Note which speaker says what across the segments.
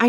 Speaker 1: I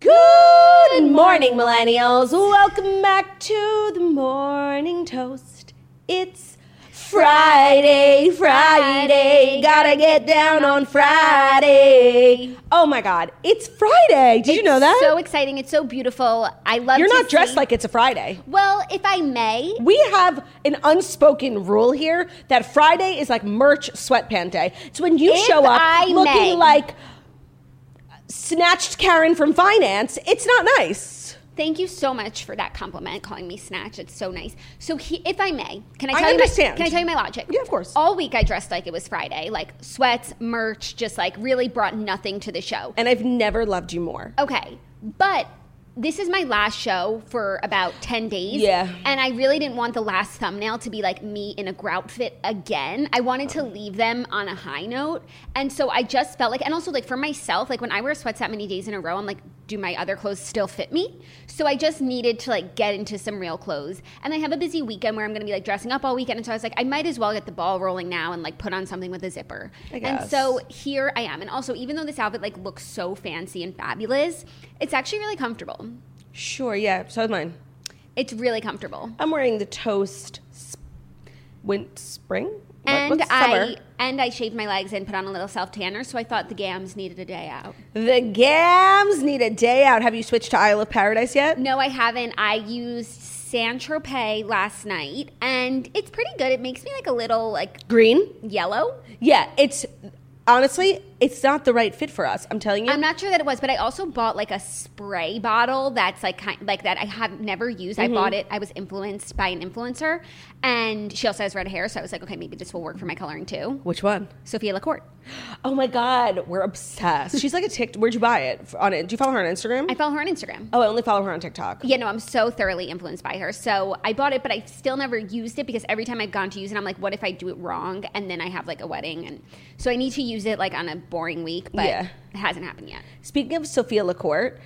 Speaker 2: Good morning, millennials. Welcome back to the morning toast. It's Friday, Friday. Gotta get down on Friday. Oh my God, it's Friday. Did you know that?
Speaker 3: So exciting! It's so beautiful. I love.
Speaker 2: You're
Speaker 3: to
Speaker 2: not dressed
Speaker 3: see-
Speaker 2: like it's a Friday.
Speaker 3: Well, if I may,
Speaker 2: We have an unspoken rule here that Friday is like merch sweatpant day. It's when you
Speaker 3: If
Speaker 2: show up
Speaker 3: I
Speaker 2: looking
Speaker 3: may.
Speaker 2: like snatched Karen from finance. It's not nice.
Speaker 3: thank you so much for that compliment, calling me snatch. It's so nice. So, he, if I may, can I
Speaker 2: I
Speaker 3: tell you?
Speaker 2: understand.
Speaker 3: My, can I tell you my logic?
Speaker 2: Yeah, of course.
Speaker 3: All week I dressed like it was Friday, like sweats, merch, just like really brought nothing to the show.
Speaker 2: And I've never loved you more.
Speaker 3: Okay, but this is my last show for about 10 days.
Speaker 2: Yeah.
Speaker 3: And I really didn't want the last thumbnail to be like me in a grout fit again. I wanted to leave them on a high note. And so I just felt like, and also like for myself, like when I wear sweats that many days in a row, I'm like, do my other clothes still fit me? So I just needed to like get into some real clothes. And I have a busy weekend where I'm going to be like dressing up all weekend. And so I was like, I might as well get the ball rolling now and like put on something with a zipper.
Speaker 2: guess.
Speaker 3: And so here I am. And also, even though this outfit like looks so fancy and fabulous, it's actually really comfortable.
Speaker 2: Sure, yeah, so is mine.
Speaker 3: It's really comfortable.
Speaker 2: I'm wearing the toast sp- went spring? What-
Speaker 3: And
Speaker 2: what's
Speaker 3: I
Speaker 2: summer?
Speaker 3: and I shaved my legs and put on a little self tanner, so I thought the gams needed a day out.
Speaker 2: The gams need a day out. Have you switched to Isle of Paradise yet?
Speaker 3: No, I haven't. I used San Tropez last night, and it's pretty good. It makes me like a little like
Speaker 2: Green?
Speaker 3: yellow.
Speaker 2: Yeah, it's honestly, it's not the right fit for us. I'm telling you.
Speaker 3: I'm not sure that it was, but I also bought like a spray bottle that's like kind like that I have never used. I bought it. I was influenced by an influencer, and she also has red hair, so I was like, okay, maybe this will work for my coloring too.
Speaker 2: Which one?
Speaker 3: Sophia Lacourt.
Speaker 2: Oh my god, we're obsessed. She's like a tick. Where'd you buy it? F- On it? Do you follow her on Instagram?
Speaker 3: I follow her on Instagram.
Speaker 2: oh, I only follow her on TikTok.
Speaker 3: Yeah, no, I'm so thoroughly influenced by her. So I bought it, but I still never used it because every time I've gone to use it, I'm like, what if I do it wrong? And then I have like a wedding, and so I need to use it like on a boring week, but
Speaker 2: Yeah.
Speaker 3: it hasn't happened yet.
Speaker 2: Speaking of Sophia LaCourte,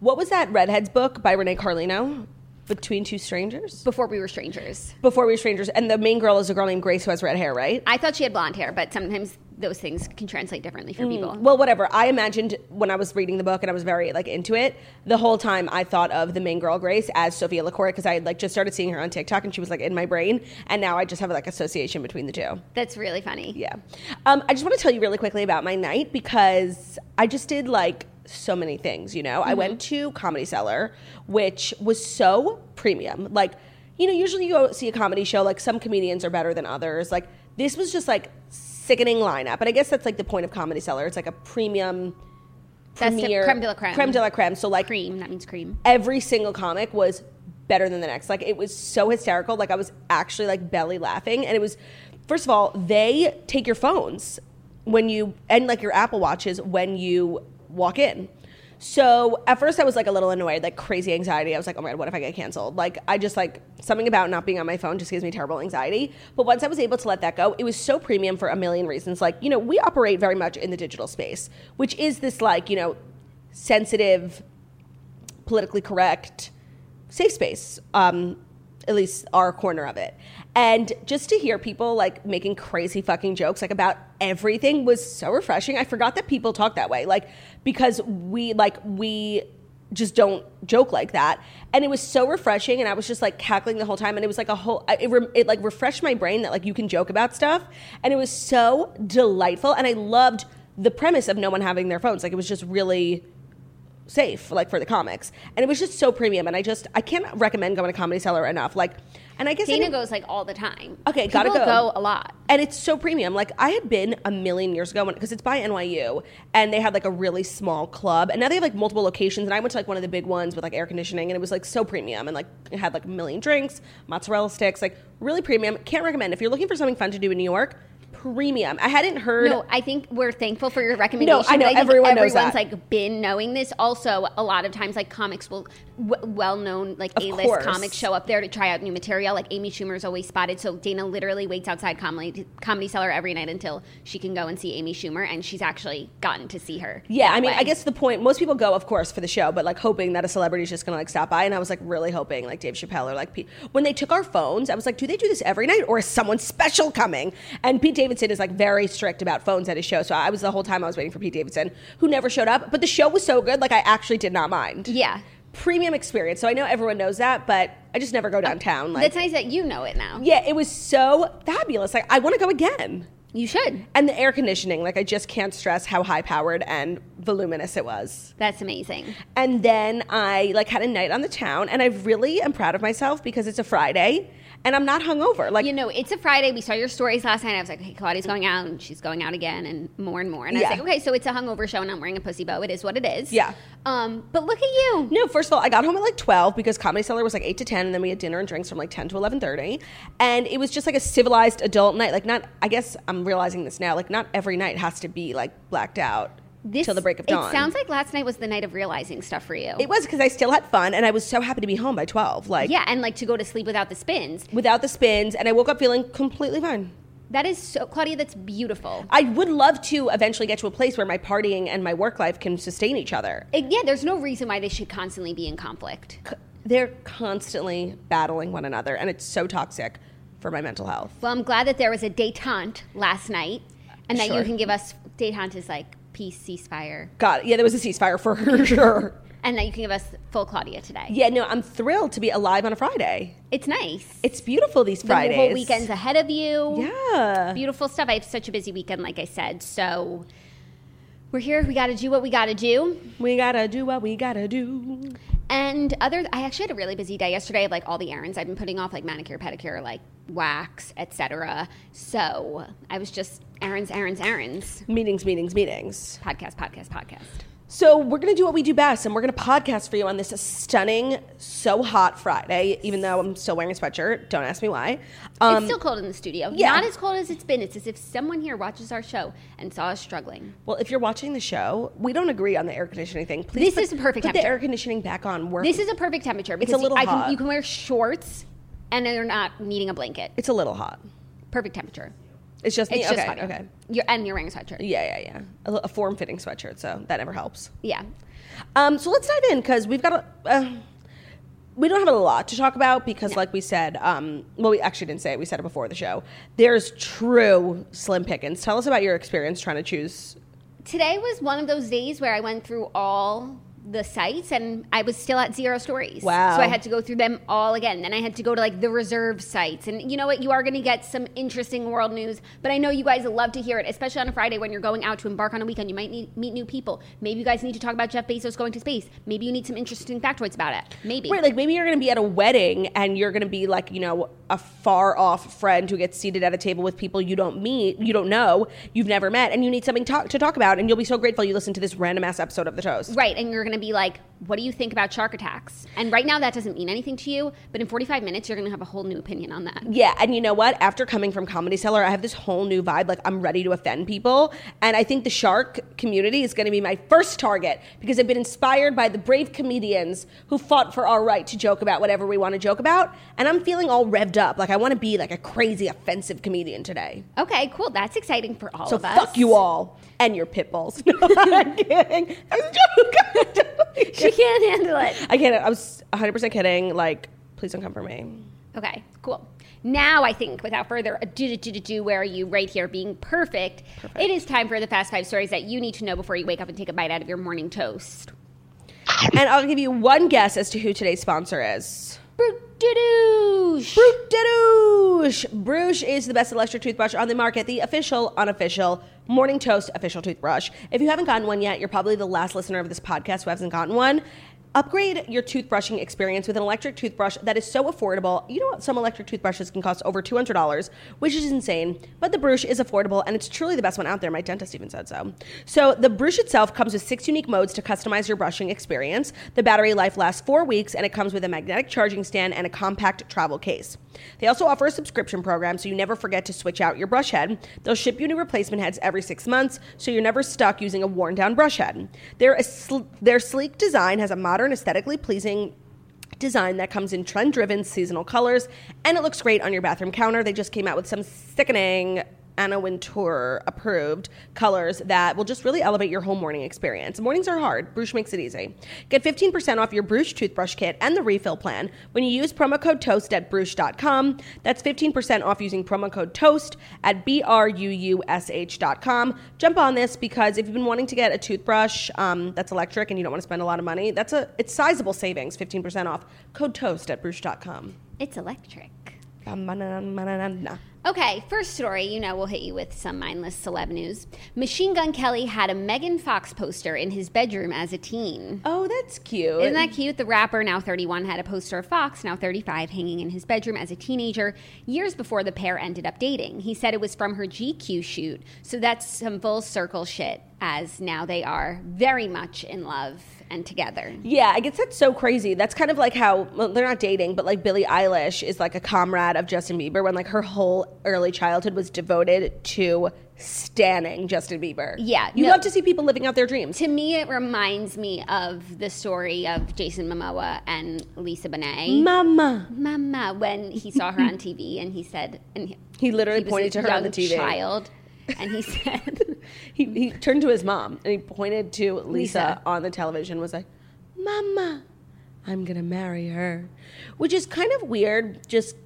Speaker 2: what was that Redheads book by Renee Carlino? Between Two Strangers?
Speaker 3: Before we were strangers,
Speaker 2: Before We Were Strangers. And the main girl is a girl named Grace who has red hair, right?
Speaker 3: I thought she had blonde hair, but sometimes those things can translate differently for people.
Speaker 2: Well, whatever. I imagined when I was reading the book and I was very like into it, the whole time I thought of the main girl Grace as Sophia LaCourte because I had like just started seeing her on TikTok and she was like in my brain. And now I just have like association between the two.
Speaker 3: That's really funny.
Speaker 2: Yeah. Um, I just want to tell you really quickly about my night because I just did like so many things, you know? I went
Speaker 3: Mm-hmm.
Speaker 2: to Comedy Cellar, which was so premium. Like, you know, usually you go see a comedy show, like some comedians are better than others. Like, this was just like sickening lineup. And I guess that's like the point of Comedy Cellar. It's like a premium
Speaker 3: That's the
Speaker 2: premiere.
Speaker 3: creme de la creme.
Speaker 2: Creme de la creme. So, like,
Speaker 3: Cream, that means cream.
Speaker 2: every single comic was better than the next. Like it was so hysterical. Like I was actually like belly laughing. And it was first of all, they take your phones when you and like your Apple watches when you walk in. So at first I was like a little annoyed, like crazy anxiety. I was like, oh my god, what if I get canceled? Like I just like something about not being on my phone just gives me terrible anxiety. But once I was able to let that go, it was so premium for a million reasons. Like, you know, we operate very much in the digital space, which is this like, you know, sensitive politically correct safe space um at least our corner of it and just to hear people like making crazy fucking jokes like about everything was so refreshing i forgot that people talk that way like because we like we just don't joke like that and it was so refreshing and i was just like cackling the whole time and it was like a whole I- it, re- it like refreshed my brain that like you can joke about stuff and it was so delightful and i loved the premise of no one having their phones like it was just really safe like for the comics and it was just so premium and i just i can't recommend going to comedy cellar enough like and i guess I
Speaker 3: Dana
Speaker 2: didn't-
Speaker 3: goes like all the time.
Speaker 2: Okay,
Speaker 3: People
Speaker 2: gotta go.
Speaker 3: go a lot.
Speaker 2: and it's so premium. Like I had been a million years ago because it's by NYU, and they had like a really small club, and now they have like multiple locations. And I went to like one of the big ones with like air conditioning, and it was like so premium, and like it had like a million drinks, mozzarella sticks, like really premium. Can't recommend if you're looking for something fun to do in New York. Premium. I hadn't heard.
Speaker 3: No, I think we're thankful for your recommendation.
Speaker 2: No, I know,
Speaker 3: but think
Speaker 2: everyone knows
Speaker 3: everyone's
Speaker 2: that.
Speaker 3: like been knowing this. Also, a lot of times like comics will w- well-known like
Speaker 2: Of
Speaker 3: A-list
Speaker 2: course.
Speaker 3: comics show up there to try out new material. Like Amy Schumer's always spotted. So Dana literally waits outside comedy comedy cellar every night until she can go and see Amy Schumer, and she's actually gotten to see her.
Speaker 2: Yeah,
Speaker 3: that
Speaker 2: I mean,
Speaker 3: way.
Speaker 2: I guess the point most people go, of course, for the show, but like hoping that a celebrity is just gonna like stop by. And I was like really hoping, like Dave Chappelle or like Pete. When they took our phones, I was like, do they do this every night or is someone special coming? And Pete Davidson is like very strict about phones at his show, so I was the whole time I was waiting for Pete Davidson, who never showed up. But the show was so good, like I actually did not mind.
Speaker 3: Yeah.
Speaker 2: premium experience. So I know everyone knows that, but I just never go downtown. Like,
Speaker 3: That's nice that you know it now.
Speaker 2: yeah, it was so fabulous. Like I want to go again.
Speaker 3: You should.
Speaker 2: And the air conditioning, like I just can't stress how high powered and voluminous it was.
Speaker 3: That's amazing.
Speaker 2: And then I like had a night on the town, and I really am proud of myself because it's a Friday, and I'm not hungover. Like
Speaker 3: You know, it's a Friday. We saw your stories last night. I was like, okay, Claudia's going out and she's going out again and more and more. And I
Speaker 2: Yeah.
Speaker 3: was like, okay, so it's a hungover show and I'm wearing a pussy bow. It is what it is.
Speaker 2: Yeah.
Speaker 3: Um, but look at you.
Speaker 2: No, first of all, I got home at like twelve because Comedy Cellar was like eight to ten, and then we had dinner and drinks from like ten to eleven thirty, and it was just like a civilized adult night. Like not, I guess I'm realizing this now. Like not every night has to be like blacked out
Speaker 3: This-
Speaker 2: till the break of dawn.
Speaker 3: It sounds like last night was the night of realizing stuff for you.
Speaker 2: it was because I still had fun, and I was so happy to be home by twelve. Like
Speaker 3: yeah, and like to go to sleep without the spins.
Speaker 2: without the spins, and I woke up feeling completely fine.
Speaker 3: That is so, Claudia, that's beautiful.
Speaker 2: I would love to eventually get to a place where my partying and my work life can sustain each other.
Speaker 3: It- yeah, there's no reason why they should constantly be in conflict.
Speaker 2: they're constantly battling one another and it's so toxic for my mental health
Speaker 3: Well, I'm glad that there was a detente last night and that
Speaker 2: Sure.
Speaker 3: you can give us, detente is like peace, ceasefire,
Speaker 2: god yeah there was a ceasefire for sure
Speaker 3: and that you can give us full Claudia today.
Speaker 2: yeah no i'm thrilled to be alive on a friday
Speaker 3: It's nice.
Speaker 2: it's beautiful these fridays
Speaker 3: The whole weekend's ahead of you.
Speaker 2: yeah
Speaker 3: Beautiful stuff. I have such a busy weekend, like I said. So we're here. We got to do what we got to do.
Speaker 2: we gotta do what we gotta do
Speaker 3: And other, I actually had a really busy day yesterday of like all the errands I've been putting off, like manicure, pedicure, like wax, etc. So I was just errands, errands, errands.
Speaker 2: meetings meetings meetings
Speaker 3: Podcast, podcast, podcast.
Speaker 2: so we're gonna do what we do best and we're gonna podcast for you on this stunning so hot friday even though i'm still wearing a sweatshirt don't ask me why
Speaker 3: it's still cold in the studio.
Speaker 2: Um, yeah.
Speaker 3: Not as cold as it's been. It's as if someone here watches our show and saw us struggling.
Speaker 2: Well, if you're watching the show, we don't agree on the air conditioning thing. Please,
Speaker 3: This
Speaker 2: put-
Speaker 3: is the perfect
Speaker 2: Put the
Speaker 3: temperature.
Speaker 2: air conditioning back on. We're,
Speaker 3: This is a perfect temperature because
Speaker 2: little
Speaker 3: I can,
Speaker 2: hot.
Speaker 3: you can wear shorts and they're not needing a blanket.
Speaker 2: it's a little hot.
Speaker 3: Perfect temperature.
Speaker 2: It's just me.
Speaker 3: It's
Speaker 2: okay,
Speaker 3: just funny.
Speaker 2: okay.
Speaker 3: You're, and you're wearing a sweatshirt.
Speaker 2: Yeah, yeah, yeah. A, li- a form-fitting sweatshirt, so that never helps.
Speaker 3: Yeah.
Speaker 2: Um, so let's dive in because we've got a. Uh, we don't have a lot to talk about because, like we said, um, well, we actually didn't say it. We said it before the show. There's true slim pickings. Tell us about your experience trying to choose.
Speaker 3: Today was one of those days where I went through all the sites and I was still at zero stories.
Speaker 2: Wow.
Speaker 3: So I had to go through them all again. Then I had to go to like the reserve sites. And you know what? You are going to get some interesting world news, but I know you guys love to hear it, especially on a Friday when you're going out to embark on a weekend. You might need, meet new people. Maybe you guys need to talk about Jeff Bezos going to space. Maybe you need some interesting factoids about it. Maybe.
Speaker 2: Right, like maybe you're going to be at a wedding and you're going to be like, you know, a far off friend who gets seated at a table with people you don't meet, you don't know, you've never met, and you need something talk- to talk about, and you'll be so grateful you listened to this random ass episode of The Toast.
Speaker 3: Right, and you're going to be like, what do you think about shark attacks? And right now that doesn't mean anything to you, but in 45 minutes you're going to have a whole new opinion on that.
Speaker 2: Yeah, and you know what? After coming from Comedy Cellar, I have this whole new vibe. Like, I'm ready to offend people. And I think the shark community is going to be my first target because I've been inspired by the brave comedians who fought for our right to joke about whatever we want to joke about. And I'm feeling all revved up. Like, I want to be like a crazy, offensive comedian today.
Speaker 3: Okay, cool. That's exciting for all
Speaker 2: So
Speaker 3: of us.
Speaker 2: fuck you all and your pit bulls. No, I'm kidding. I was a joke.
Speaker 3: She can't handle it.
Speaker 2: I can't. I was 100% kidding. Like, please don't come for me.
Speaker 3: Okay, cool. Now I think without further ado, do, do, do, where are you right here being perfect, it is time for the fast five stories that you need to know before you wake up and take a bite out of your morning toast.
Speaker 2: And I'll give you one guess as to who today's sponsor is.
Speaker 3: Brute douche.
Speaker 2: Brute de Douche. Bruges is the best electric toothbrush on the market, the official, unofficial, Morning Toast official toothbrush. If you haven't gotten one yet, you're probably the last listener of this podcast who hasn't gotten one. Upgrade your toothbrushing experience with an electric toothbrush that is so affordable. You know what? Some electric toothbrushes can cost over $200, which is insane, but the Bruges is affordable and it's truly the best one out there. My dentist even said so. So, the Bruges itself comes with six unique modes to customize your brushing experience. The battery life lasts four weeks and it comes with a magnetic charging stand and a compact travel case. They also offer a subscription program so you never forget to switch out your brush head. They'll ship you new replacement heads every six months so you're never stuck using a worn down brush head. Their, sl- their sleek design has a modern, aesthetically pleasing design that comes in trend driven seasonal colors and it looks great on your bathroom counter. They just came out with some sickening Anna Wintour approved colors that will just really elevate your whole morning experience. Mornings are hard. Bruce makes it easy. Get 15% off your Bruce toothbrush kit and the refill plan when you use promo code TOAST at Bruce.com. That's 15% off using promo code TOAST at B R U U S H.com. Jump on this because if you've been wanting to get a toothbrush um, that's electric and you don't want to spend a lot of money, that's a it's sizable savings, 15% off. Code TOAST at Bruce.com.
Speaker 3: It's electric.
Speaker 2: Bam, ba, na, na, na, na, na.
Speaker 3: Okay, first story, you know, we'll hit you with some mindless celeb news. Machine Gun Kelly had a Megan Fox poster in his bedroom as a teen.
Speaker 2: Oh, that's cute.
Speaker 3: Isn't that cute? The rapper, now 31, had a poster of Fox, now 35, hanging in his bedroom as a teenager years before the pair ended up dating. He said it was from her GQ shoot, so that's some full circle shit, as now they are very much in love and together.
Speaker 2: Yeah, I guess that's so crazy. That's kind of like how well, they're not dating, but like Billie Eilish is like a comrade of Justin Bieber when like her whole early childhood was devoted to stanning Justin Bieber.
Speaker 3: Yeah,
Speaker 2: you
Speaker 3: no.
Speaker 2: love to see people living out their dreams.
Speaker 3: To me, it reminds me of the story of Jason Momoa and Lisa Bonet.
Speaker 2: Mama,
Speaker 3: Mama, when he saw her on TV and he said, and he,
Speaker 2: he literally
Speaker 3: he was
Speaker 2: pointed to
Speaker 3: a
Speaker 2: her on the
Speaker 3: young
Speaker 2: TV.
Speaker 3: child, and he said,
Speaker 2: He, he turned to his mom and he pointed to Lisa,
Speaker 3: Lisa.
Speaker 2: on the television. Was like, Mama, I'm gonna marry her, which is kind of weird. Just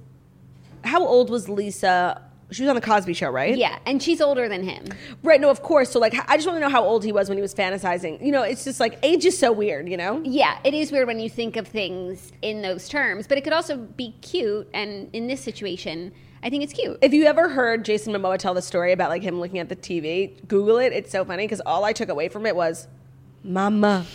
Speaker 2: how old was Lisa? She was on the Cosby Show, right?
Speaker 3: "Yeah," and she's older than him.
Speaker 2: Right, no, of course. So, like, I just want to know how old he was when he was fantasizing. You know, it's just like age is so weird, you know?
Speaker 3: Yeah, it is weird when you think of things in those terms, but it could also be cute. And in this situation, I think it's cute.
Speaker 2: If you ever heard Jason Momoa tell the story about like him looking at the TV, Google it. It's so funny because all I took away from it was, Mama.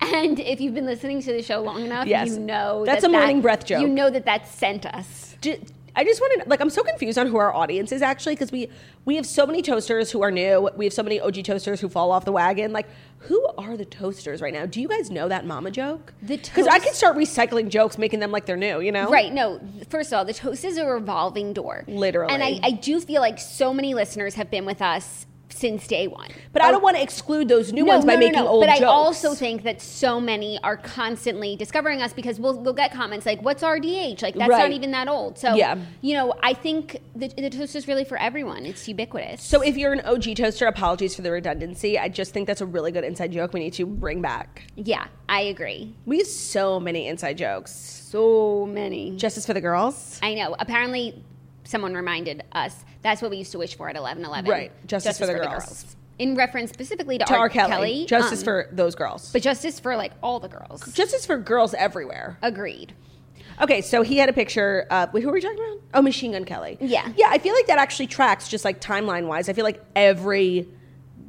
Speaker 3: And if you've been listening to the show long enough,
Speaker 2: Yes.
Speaker 3: you know
Speaker 2: That's
Speaker 3: that
Speaker 2: a morning
Speaker 3: that-
Speaker 2: breath joke.
Speaker 3: You know that that sent us.
Speaker 2: Ju- I just want to like I'm so confused on who our audience is actually because we we have so many toasters who are new. We have so many OG toasters who fall off the wagon. Like, who are the toasters right now? Do you guys know that Mama joke?
Speaker 3: The
Speaker 2: because I could
Speaker 3: toast-
Speaker 2: start recycling jokes, making them like they're new. You know?
Speaker 3: Right. No. First of all, the toast is a revolving door.
Speaker 2: Literally.
Speaker 3: And I, I do feel like so many listeners have been with us since day one.
Speaker 2: But I don't want to exclude those new ones by making old
Speaker 3: But
Speaker 2: jokes.
Speaker 3: I also think that so many are constantly discovering us because we'll we'll get comments like, "What's RDH?" Like that's
Speaker 2: Right.
Speaker 3: not even that old. So
Speaker 2: Yeah.
Speaker 3: you know, I think the, the toast is really for everyone. It's ubiquitous.
Speaker 2: So if you're an OG toaster, apologies for the redundancy. I just think that's a really good inside joke we need to bring back.
Speaker 3: yeah, I agree.
Speaker 2: We have so many inside jokes.
Speaker 3: So many.
Speaker 2: Justice for the girls.
Speaker 3: I know. Apparently, someone reminded us that's what we used to wish for at eleven eleven.
Speaker 2: Right. Justice for the girls.
Speaker 3: In reference specifically to,
Speaker 2: To R. Kelly. Justice
Speaker 3: um,
Speaker 2: for those girls.
Speaker 3: but justice for like all the girls.
Speaker 2: justice for girls everywhere.
Speaker 3: Agreed.
Speaker 2: Okay, so he had a picture. Uh, wait, who were we talking about? Oh, Machine Gun Kelly.
Speaker 3: Yeah.
Speaker 2: Yeah, I feel like that actually tracks just like timeline wise. I feel like every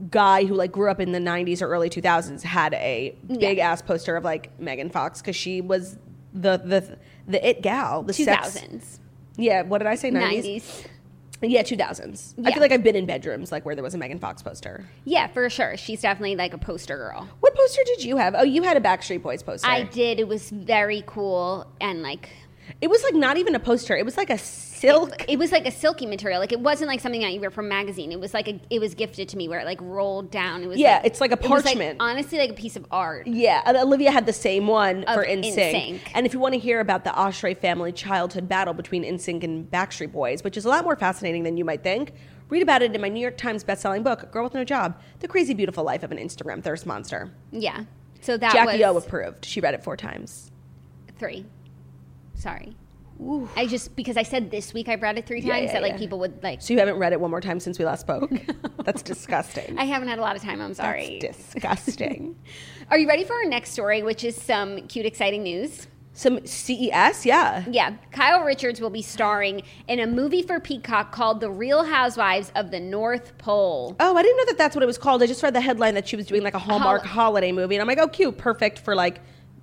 Speaker 2: guy who like grew up in the 90s or early 2000s had a big ass poster of like Megan Fox because she was the the the it gal the
Speaker 3: Two
Speaker 2: sex-
Speaker 3: thousands.
Speaker 2: yeah what did i say 90s,
Speaker 3: Nineties.
Speaker 2: yeah 2000s i
Speaker 3: Yeah.
Speaker 2: feel like i've been in bedrooms like where there was a megan fox poster
Speaker 3: Yeah, for sure. She's definitely like a poster girl.
Speaker 2: what poster did you have oh you had a backstreet boys poster
Speaker 3: I did. It was very cool and like
Speaker 2: it was like not even a poster it was like a silk
Speaker 3: it was like a silky material. Like it wasn't like something that you read from a magazine. It was like a, it was gifted to me where it like rolled down. It was
Speaker 2: Yeah,
Speaker 3: like-
Speaker 2: it's like a
Speaker 3: it was,
Speaker 2: parchment. Mm.
Speaker 3: honestly, like a piece of art.
Speaker 2: Yeah, and Olivia had the same one
Speaker 3: Of
Speaker 2: for NSYNC.
Speaker 3: NSYNC.
Speaker 2: And if you want to hear about the Ashray family childhood battle between NSYNC and Backstreet Boys, which is a lot more fascinating than you might think, read about it in my New York Times bestselling book, Girl with No Job: The Crazy Beautiful Life of an Instagram Thirst Monster.
Speaker 3: Yeah. So that
Speaker 2: Jackie oh. O
Speaker 3: was
Speaker 2: approved. She read it four times.
Speaker 3: three. Sorry. I just because I said this week I brought it three times
Speaker 2: yeah,
Speaker 3: that like
Speaker 2: yeah.
Speaker 3: people would like.
Speaker 2: So you haven't read it one more time since we last spoke. That's disgusting.
Speaker 3: I haven't had a lot of time. I'm
Speaker 2: That's
Speaker 3: sorry.
Speaker 2: disgusting.
Speaker 3: Are you ready for our next story, which is some cute, exciting news?
Speaker 2: Some CES, yeah.
Speaker 3: Yeah, Kyle Richards will be starring in a movie for Peacock called The Real Housewives of the North Pole.
Speaker 2: Oh, I didn't know that that's what it was called. I just read the headline that she was doing like a Hallmark
Speaker 3: Hol-
Speaker 2: holiday movie, and I'm like, oh, cute, perfect for like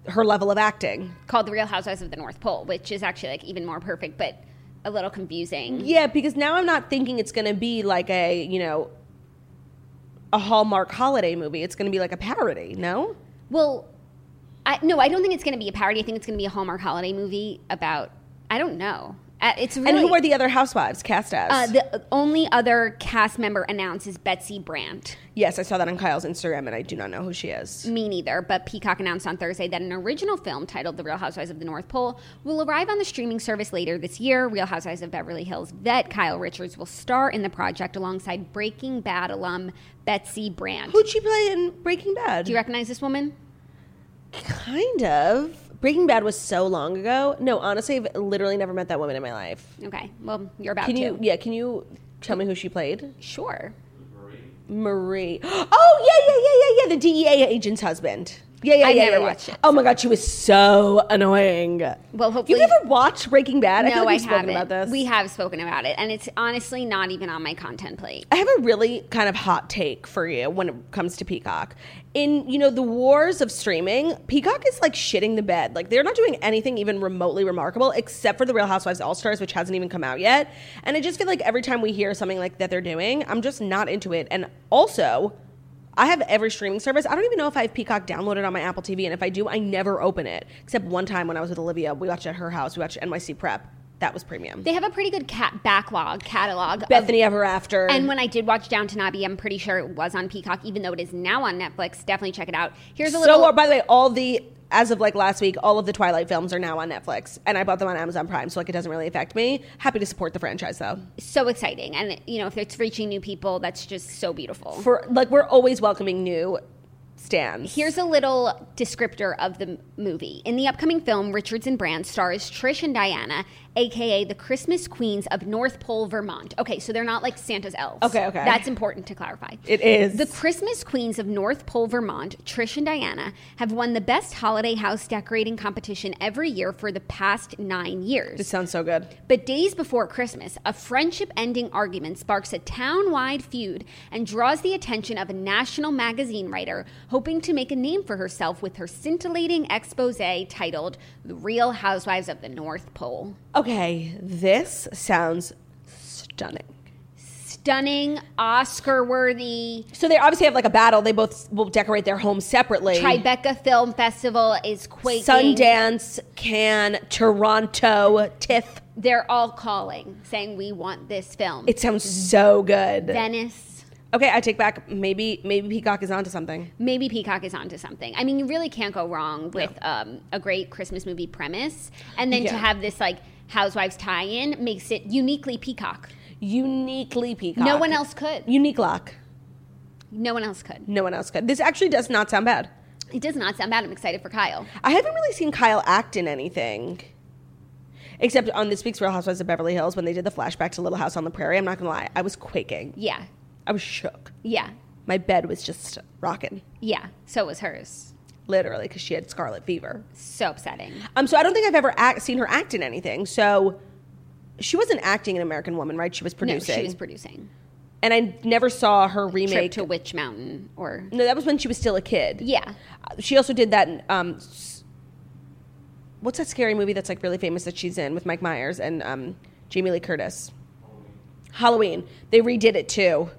Speaker 2: her level of acting.
Speaker 3: called The Real Housewives of the North Pole, which is actually like even more perfect, but a little confusing.
Speaker 2: Yeah, because now I'm not thinking it's going to be like a, you know, a Hallmark holiday movie. It's going to be like a parody, no?
Speaker 3: Well, I, no, I don't think it's going to be a parody. I think it's going to be a Hallmark holiday movie about. I don't know. Uh, It's really
Speaker 2: And who are the other housewives cast as?
Speaker 3: uh, the only other cast member announced is Betsy Brandt.
Speaker 2: yes, I saw that on Kyle's Instagram, and I do not know who she is.
Speaker 3: Me neither, but Peacock announced on Thursday that an original film titled The Real Housewives of the North Pole will arrive on the streaming service later this year. Real Housewives of Beverly Hills vet Kyle Richards will star in the project alongside Breaking Bad alum Betsy Brandt.
Speaker 2: Who'd she play in Breaking Bad?
Speaker 3: Do you recognize this woman?
Speaker 2: kind of. Breaking Bad was so long ago. No, honestly, I've literally never met that woman in my life.
Speaker 3: Okay. Well, you're about
Speaker 2: Can
Speaker 3: to.
Speaker 2: you? Yeah, can you tell me who she played?
Speaker 3: Sure.
Speaker 2: Marie. Oh yeah, yeah, yeah, yeah, yeah. The DEA agent's husband. Yeah, yeah,
Speaker 3: I
Speaker 2: yeah.
Speaker 3: never
Speaker 2: yeah, yeah.
Speaker 3: watched it,
Speaker 2: Oh my god, she was so annoying.
Speaker 3: Well,
Speaker 2: You
Speaker 3: hopefully.
Speaker 2: never watched Breaking Bad? I feel
Speaker 3: no,
Speaker 2: like
Speaker 3: I
Speaker 2: we've spoken
Speaker 3: haven't.
Speaker 2: about this.
Speaker 3: We have spoken about it, and it's honestly not even on my content plate.
Speaker 2: I have a really kind of hot take for you when it comes to Peacock. In you know the wars of streaming, Peacock is like shitting the bed. Like they're not doing anything even remotely remarkable except for the Real Housewives All Stars, which hasn't even come out yet. And I just feel like every time we hear something like that they're doing, I'm just not into it. And also, I have every streaming service. I don't even know if I have Peacock downloaded on my Apple TV, and if I do, I never open it except one time when I was with Olivia. We watched at her house. We watched NYC Prep. That was premium.
Speaker 3: They have a pretty good cat backlog catalog. of-
Speaker 2: Bethany Ever After.
Speaker 3: and when I did watch Downton Abbey, I'm pretty sure it was on Peacock, even though it is now on Netflix. Definitely check it out. Here's a little.
Speaker 2: So, uh, by the way, all the as of like last week, all of the Twilight films are now on Netflix, and I bought them on Amazon Prime, so like it doesn't really affect me. Happy to support the franchise though.
Speaker 3: so exciting, and you know, if it's reaching new people, that's just so beautiful.
Speaker 2: For like, we're always welcoming new stands.
Speaker 3: Here's a little descriptor of the m- movie. In the upcoming film, Richards and Brand stars Trish and Diana, aka the Christmas Queens of North Pole, Vermont. Okay, so they're not like Santa's elves.
Speaker 2: Okay, okay.
Speaker 3: That's important to clarify.
Speaker 2: it is
Speaker 3: The Christmas Queens of North Pole, Vermont, Trish and Diana, have won the best holiday house decorating competition every year for the past nine years.
Speaker 2: This sounds so good.
Speaker 3: But days before Christmas, a friendship ending argument sparks a town wide feud and draws the attention of a national magazine writer hoping to make a name for herself with her scintillating expose titled The Real Housewives of the North Pole.
Speaker 2: Okay, this sounds stunning.
Speaker 3: Stunning, Oscar worthy.
Speaker 2: So they obviously have like a battle. They both will decorate their home separately.
Speaker 3: Tribeca Film Festival is quaking.
Speaker 2: Sundance, Cannes, Toronto, TIFF.
Speaker 3: They're all calling, saying, We want this film.
Speaker 2: It sounds so good.
Speaker 3: Venice.
Speaker 2: okay, I take back. Maybe maybe Peacock is onto something.
Speaker 3: maybe Peacock is onto something. I mean, you really can't go wrong with um, a great Christmas movie premise, and then to
Speaker 2: Yeah.
Speaker 3: have this like housewives tie-in makes it uniquely Peacock.
Speaker 2: Uniquely Peacock.
Speaker 3: No one else could.
Speaker 2: Unique lock.
Speaker 3: No one else could.
Speaker 2: No one else could. This actually does not sound bad.
Speaker 3: It does not sound bad. I'm excited for Kyle.
Speaker 2: I haven't really seen Kyle act in anything. Except on this week's Real Housewives of Beverly Hills when they did the flashback to Little House on the Prairie. I'm not gonna lie, I was quaking.
Speaker 3: Yeah,
Speaker 2: I was shook.
Speaker 3: yeah,
Speaker 2: My bed was just rocking,
Speaker 3: yeah. So was hers.
Speaker 2: literally, because she had scarlet fever.
Speaker 3: So upsetting.
Speaker 2: Um, so I don't think I've ever act- seen her act in anything. So she wasn't acting in American Woman, right? She was producing.
Speaker 3: No, she was producing
Speaker 2: and I never saw her
Speaker 3: Trip
Speaker 2: remake.
Speaker 3: to Witch Mountain or
Speaker 2: no, that was when she was still a kid.
Speaker 3: yeah.
Speaker 2: She also did that. Um, s- what's that scary movie that's like really famous that she's in with Mike Myers and um, Jamie Lee Curtis? Halloween. They redid it too.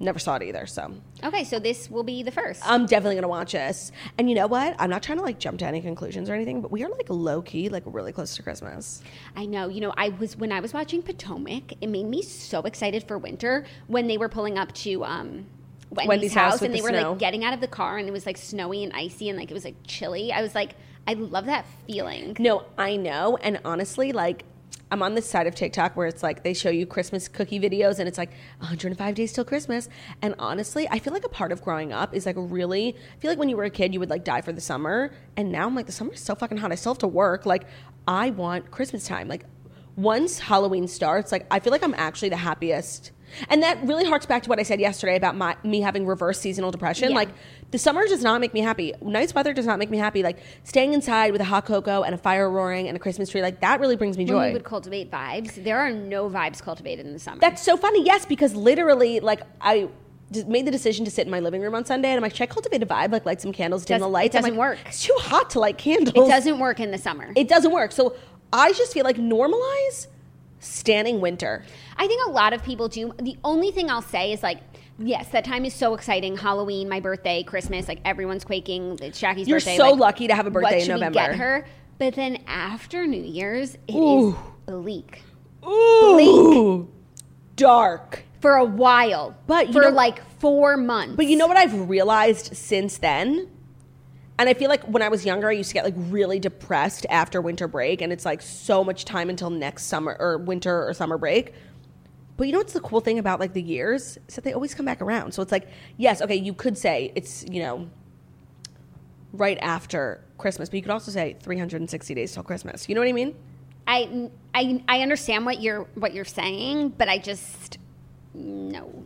Speaker 2: Never saw it either, so
Speaker 3: Okay, so this will be the first.
Speaker 2: I'm definitely gonna watch this. And you know what? I'm not trying to like jump to any conclusions or anything, but we are like low key, like really close to Christmas.
Speaker 3: I know. You know, I was when I was watching Potomac, it made me so excited for winter when they were pulling up to um Wendy's,
Speaker 2: Wendy's house
Speaker 3: house,
Speaker 2: with
Speaker 3: and they
Speaker 2: the
Speaker 3: were
Speaker 2: snow.
Speaker 3: like getting out of the car and it was like snowy and icy and like it was like chilly. I was like, I love that feeling.
Speaker 2: No, I know. And honestly, like, I'm on this side of TikTok where it's like they show you Christmas cookie videos and it's like 105 days till Christmas. And honestly, I feel like a part of growing up is like really, I feel like when you were a kid, you would like die for the summer. And now I'm like, the summer's so fucking hot. I still have to work. Like, I want Christmas time. Like, once Halloween starts, like, I feel like I'm actually the happiest. And that really harks back to what I said yesterday about my, me having reverse seasonal depression.
Speaker 3: Yeah.
Speaker 2: Like the summer does not make me happy. Nice weather does not make me happy. Like staying inside with a hot cocoa and a fire roaring and a Christmas tree, like that really brings me
Speaker 3: When
Speaker 2: joy.
Speaker 3: we would cultivate vibes. There are no vibes cultivated in the summer.
Speaker 2: That's so funny. Yes, because literally, like I just made the decision to sit in my living room on Sunday, and I'm like, should I cultivate a vibe? Like, light some candles, dim
Speaker 3: Doesn't-
Speaker 2: the
Speaker 3: it
Speaker 2: lights. I'm
Speaker 3: doesn't
Speaker 2: like,
Speaker 3: work.
Speaker 2: It's too hot to light candles.
Speaker 3: it doesn't work in the summer.
Speaker 2: It doesn't work. So I just feel like normalize standing winter.
Speaker 3: I think a lot of people do. The only thing I'll say is like, yes, that time is so exciting. Halloween, my birthday, Christmas, like everyone's quaking. It's Shacky's
Speaker 2: You're
Speaker 3: birthday.
Speaker 2: so
Speaker 3: like,
Speaker 2: lucky to have a birthday
Speaker 3: what
Speaker 2: in
Speaker 3: should
Speaker 2: November.
Speaker 3: We get her, but then after New Year's, it is
Speaker 2: Ooh.
Speaker 3: bleak
Speaker 2: Ooh, dark.
Speaker 3: for a while.
Speaker 2: But you
Speaker 3: for
Speaker 2: know-
Speaker 3: like four months.
Speaker 2: But you know what I've realized since then? And I feel like when I was younger, I used to get like really depressed after winter break, and it's like so much time until next summer or winter or summer break. But you know what's the cool thing about like the years is that they always come back around. So it's like, yes, okay, you could say it's, you know, right after Christmas, but you could also say 360 days till Christmas. You know what I mean?
Speaker 3: I, I I understand what you're what you're saying, but I just no.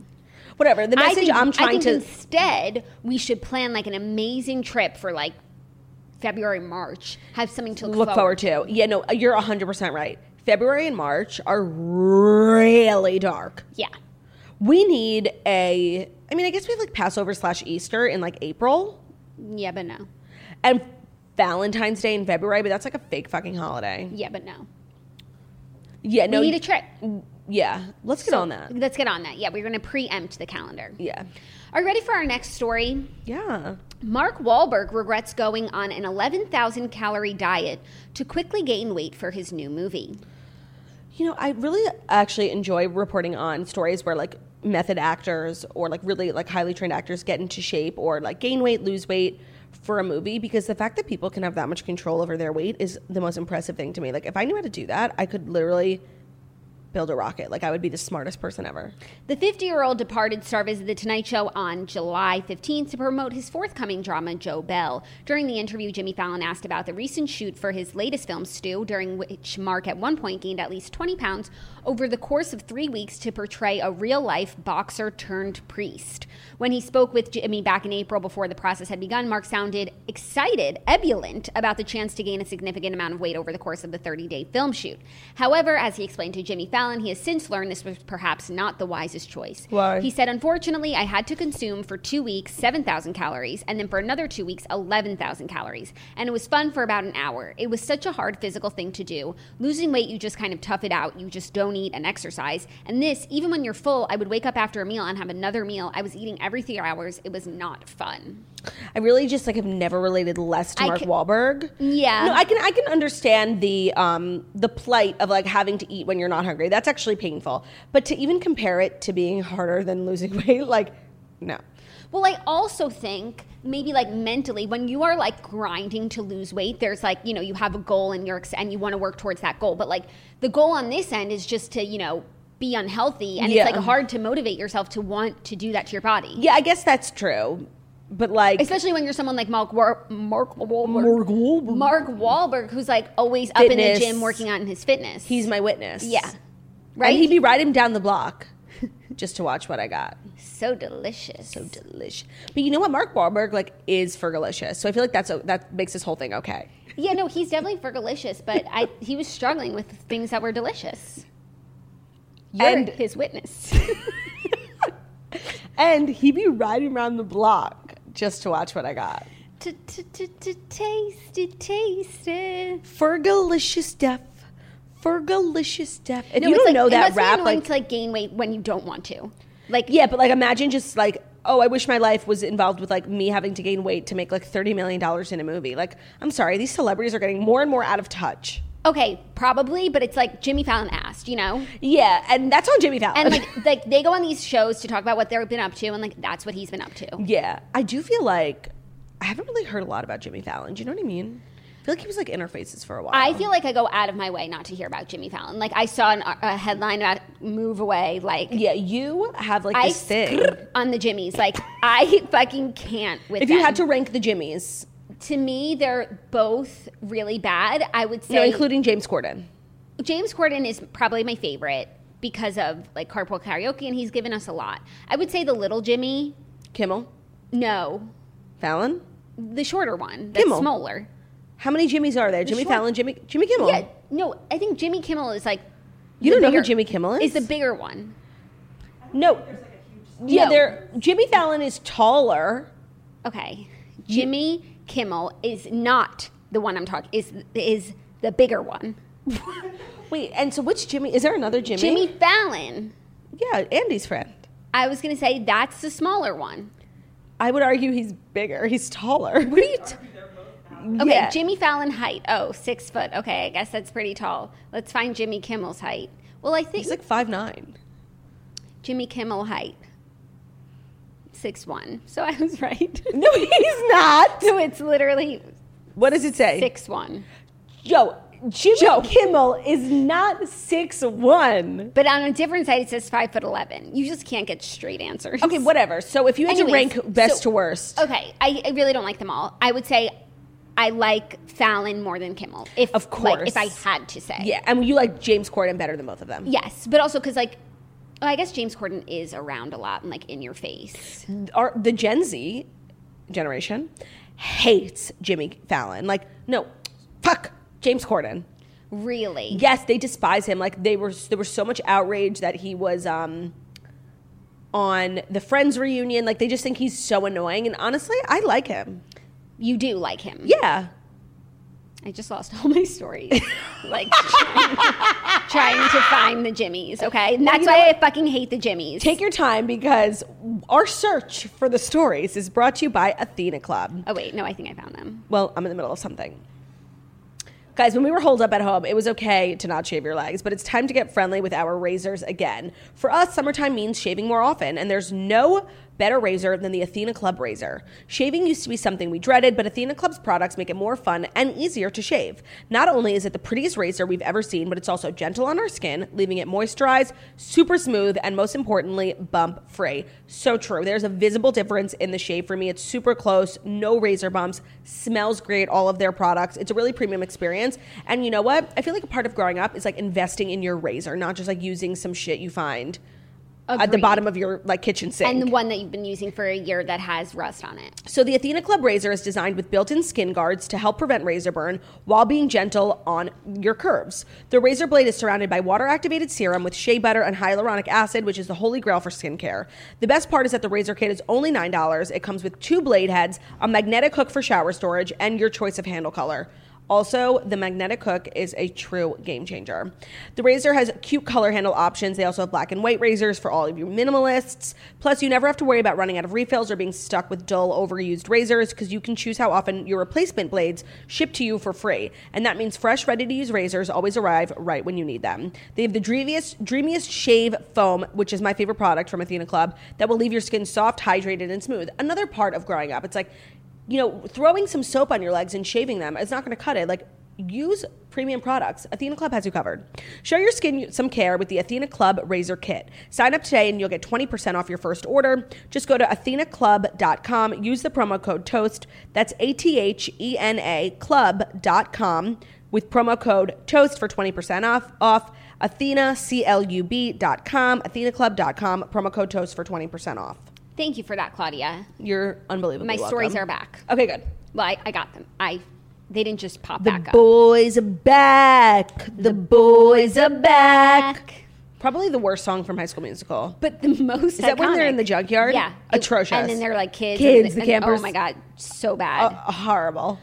Speaker 2: Whatever. The
Speaker 3: I
Speaker 2: message
Speaker 3: think,
Speaker 2: I'm
Speaker 3: I
Speaker 2: trying
Speaker 3: think
Speaker 2: to.
Speaker 3: instead we should plan like an amazing trip for like February, March. Have something to look,
Speaker 2: look forward to. Yeah, no, you're 100% right. February and March are really dark.
Speaker 3: Yeah.
Speaker 2: We need a, I mean, I guess we have like Passover slash Easter in like April
Speaker 3: Yeah, but no.
Speaker 2: and Valentine's Day in February, but that's like a fake fucking holiday.
Speaker 3: Yeah, but no.
Speaker 2: Yeah, no.
Speaker 3: we need a trip.
Speaker 2: yeah, let's get on that.
Speaker 3: Let's get on that. Yeah, we're going to preempt the calendar.
Speaker 2: Yeah.
Speaker 3: Are you ready for our next story?
Speaker 2: Yeah.
Speaker 3: Mark Wahlberg regrets going on an 11,000 calorie diet to quickly gain weight for his new movie.
Speaker 2: You know, I really actually enjoy reporting on stories where like method actors or like really like highly trained actors get into shape or like gain weight, lose weight for a movie because the fact that people can have that much control over their weight is the most impressive thing to me. Like if I knew how to do that, I could literally build a rocket. Like I would be the smartest person ever.
Speaker 3: The 50 year old departed star visited The Tonight Show on July 15th to promote his forthcoming drama, Joe Bell. During the interview, Jimmy Fallon asked about the recent shoot for his latest film, Stew, during which Mark at one point gained at least 20 pounds over the course of three weeks to portray a real life boxer turned priest. When he spoke with Jimmy back in April before the process had begun, Mark sounded excited, ebullient about the chance to gain a significant amount of weight over the course of the 30 day film shoot. However, as he explained to Jimmy Fallon, he has since learned this was perhaps not the wisest choice.
Speaker 2: Why?
Speaker 3: He said, Unfortunately, I had to consume for two weeks 7,000 calories, and then for another two weeks, 11,000 calories. And it was fun for about an hour. It was such a hard physical thing to do. Losing weight, you just kind of tough it out. You just don't eat and exercise. And this, even when you're full, I would wake up after a meal and have another meal. I was eating every three hours. It was not fun.
Speaker 2: I really just like have never related less to
Speaker 3: I
Speaker 2: Mark
Speaker 3: ca-
Speaker 2: Wahlberg.
Speaker 3: Yeah.
Speaker 2: No, I can I can understand the um the plight of like having to eat when you're not hungry. That's actually painful. But to even compare it to being harder than losing weight, like no.
Speaker 3: Well, I also think maybe like mentally, when you are like grinding to lose weight, there's like you know you have a goal and you're ex- and you want to work towards that goal, but like the goal on this end is just to you know be unhealthy, and
Speaker 2: Yeah.
Speaker 3: it's like hard to motivate yourself to want to do that to your body,
Speaker 2: Yeah, I guess that's true. But like
Speaker 3: especially when you're someone like Mark War- Mark Wahlberg.
Speaker 2: Mark Wahlberg.
Speaker 3: Mark Wahlberg, who's like always up in
Speaker 2: Fitness.
Speaker 3: the gym working on his fitness.
Speaker 2: he's my witness.
Speaker 3: yeah,
Speaker 2: Right.
Speaker 3: right.
Speaker 2: And he'd be riding down the block just to watch what I got.
Speaker 3: so delicious.
Speaker 2: So delish. But you know what? Mark Wahlberg like is fergalicious. So I feel like that's that makes this whole thing okay.
Speaker 3: yeah, no, he's definitely fergalicious, but I he was struggling with things that were delicious. You're
Speaker 2: And-
Speaker 3: his witness.
Speaker 2: And he'd be riding around the block just to watch what I got.
Speaker 3: T- t- t- t- Taste it, taste it.
Speaker 2: Fergalicious stuff. Fergalicious stuff. If
Speaker 3: No,
Speaker 2: you
Speaker 3: it's
Speaker 2: don't
Speaker 3: like-
Speaker 2: know
Speaker 3: it
Speaker 2: that
Speaker 3: must be
Speaker 2: rap,
Speaker 3: annoying
Speaker 2: like
Speaker 3: to like gain weight when you don't want to. Like
Speaker 2: yeah, but like imagine just like oh, I wish my life was involved with like me having to gain weight to make like thirty million dollars in a movie. Like I'm sorry, these celebrities are getting more and more out of touch.
Speaker 3: okay, probably, but it's like Jimmy Fallon asked, you know,
Speaker 2: Yeah, and that's on Jimmy Fallon.
Speaker 3: and like like they go on these shows to talk about what they've been up to, and like that's what he's been up to.
Speaker 2: yeah, I do feel like I haven't really heard a lot about Jimmy Fallon. Do you know what I mean? I feel like he was like interfaces for a while.
Speaker 3: I feel like I go out of my way not to hear about Jimmy Fallon. Like I saw an, a headline about move away, like
Speaker 2: yeah, you have like
Speaker 3: I
Speaker 2: this thing.
Speaker 3: on the Jimmys. Like I fucking can't with.
Speaker 2: If you
Speaker 3: them.
Speaker 2: had to rank the Jimmys,
Speaker 3: to me, they're both really bad. I would say
Speaker 2: you know, including James Corden.
Speaker 3: James Corden is probably my favorite. because of like carpool karaoke, and he's given us a lot. I would say the little Jimmy,
Speaker 2: Kimmel,
Speaker 3: no,
Speaker 2: Fallon.
Speaker 3: the shorter one, that's
Speaker 2: Kimmel.
Speaker 3: smaller.
Speaker 2: How many Jimmys are there? Jimmy
Speaker 3: short-
Speaker 2: Fallon, Jimmy Jimmy Kimmel.
Speaker 3: Yeah, no, I think Jimmy Kimmel is like
Speaker 2: you
Speaker 3: the
Speaker 2: don't know who
Speaker 3: bigger-
Speaker 2: Jimmy Kimmel is?
Speaker 3: is the bigger one.
Speaker 2: no. Yeah,
Speaker 3: No.
Speaker 2: there. Jimmy Fallon is taller.
Speaker 3: Okay, Jimmy Kimmel is not the one I'm talking. Is is the bigger one?
Speaker 2: Wait, and so which Jimmy? Is there another Jimmy?
Speaker 3: Jimmy Fallon.
Speaker 2: Yeah, Andy's friend.
Speaker 3: I was gonna say that's the smaller one.
Speaker 2: I would argue he's bigger. He's taller. What are you? T-
Speaker 3: Okay,
Speaker 2: Yeah.
Speaker 3: Jimmy Fallon height. Oh, six foot. Okay, I guess that's pretty tall. Let's find Jimmy Kimmel's height. Well, I think
Speaker 2: he's like five nine.
Speaker 3: Jimmy Kimmel height. Six one. So I was right.
Speaker 2: No, he's not.
Speaker 3: so it's literally
Speaker 2: What does it say?
Speaker 3: six one.
Speaker 2: Joe. Jimmy Kimmel is not six one.
Speaker 3: But on a different side, it says five foot eleven. You just can't get straight answers.
Speaker 2: Okay, whatever. So if you had to
Speaker 3: Anyways,
Speaker 2: rank best
Speaker 3: so-
Speaker 2: to worst,
Speaker 3: Okay, I, I really don't like them all. I would say I like Fallon more than Kimmel. If
Speaker 2: Of
Speaker 3: like, if I
Speaker 2: course.
Speaker 3: had to say,
Speaker 2: yeah, and you like James Corden better than both of them.
Speaker 3: yes, but also because like, well, I guess James Corden is around a lot and like in your face.
Speaker 2: Our, the Gen Z generation hates Jimmy Fallon. Like, no, fuck James Corden.
Speaker 3: Really,
Speaker 2: Yes, they despise him. Like they were, there was so much outrage that he was um, on the Friends reunion. Like they just think he's so annoying. And honestly, I like him.
Speaker 3: you do like him.
Speaker 2: Yeah,
Speaker 3: I just lost all my stories, like trying, trying to find the Jimmies. Okay, and that's
Speaker 2: Uh, you know
Speaker 3: why I fucking hate the Jimmies.
Speaker 2: take your time because our search for the stories is brought to you by Athena Club.
Speaker 3: oh wait, no, I think I found them.
Speaker 2: Well, I'm in the middle of something. Guys, when we were holed up at home, it was okay to not shave your legs, but it's time to get friendly with our razors again. For us, summertime means shaving more often, and there's no better razor than the Athena Club razor. Shaving used to be something we dreaded, but Athena Club's products make it more fun and easier to shave. Not only is it the prettiest razor we've ever seen, but it's also gentle on our skin, leaving it moisturized, super smooth, and most importantly, bump free. So true. There's a visible difference in the shave for me. It's super close, no razor bumps, smells great, all of their products. It's a really premium experience. And you know what? I feel like a part of growing up is like investing in your razor, not just like using some shit you find at the
Speaker 3: Agreed.
Speaker 2: bottom of your like kitchen sink.
Speaker 3: And the one that you've been using for a year that has rust on it.
Speaker 2: So the Athena Club razor is designed with built-in skin guards to help prevent razor burn while being gentle on your curves. The razor blade is surrounded by water-activated serum with shea butter and hyaluronic acid, which is the holy grail for skincare. The best part is that the razor kit is only $9. It comes with two blade heads, a magnetic hook for shower storage, and your choice of handle color. Also, the magnetic hook is a true game changer. The razor has cute color handle options. They also have black and white razors for all of you minimalists. Plus, you never have to worry about running out of refills or being stuck with dull, overused razors because you can choose how often your replacement blades ship to you for free. And that means fresh, ready to use razors always arrive right when you need them. They have the dreamiest, dreamiest shave foam, which is my favorite product from Athena Club, that will leave your skin soft, hydrated, and smooth. Another part of growing up, it's like, you know, throwing some soap on your legs and shaving them is not going to cut it. Like, use premium products. Athena Club has you covered. Show your skin some care with the Athena Club Razor Kit. Sign up today and you'll get 20% off your first order. Just go to athenaclub.com, use the promo code TOAST. That's A T H E N A club.com with promo code TOAST for 20% off. off athenaclub.com, athenaclub.com, promo code TOAST for 20% off.
Speaker 3: Thank you for that, Claudia.
Speaker 2: You're unbelievable.
Speaker 3: My stories are back.
Speaker 2: Okay, good.
Speaker 3: Well, I, I got them. I they didn't just pop
Speaker 2: The
Speaker 3: back up.
Speaker 2: boys are back. The boys are back.
Speaker 3: Back.
Speaker 2: Probably the worst song from High School Musical.
Speaker 3: But the most is
Speaker 2: that when they're in the junkyard?
Speaker 3: Yeah,
Speaker 2: Atrocious.
Speaker 3: And then they're like kids,
Speaker 2: Kids,
Speaker 3: and,
Speaker 2: the
Speaker 3: and-
Speaker 2: campers.
Speaker 3: Oh my god, so bad.
Speaker 2: Uh, horrible.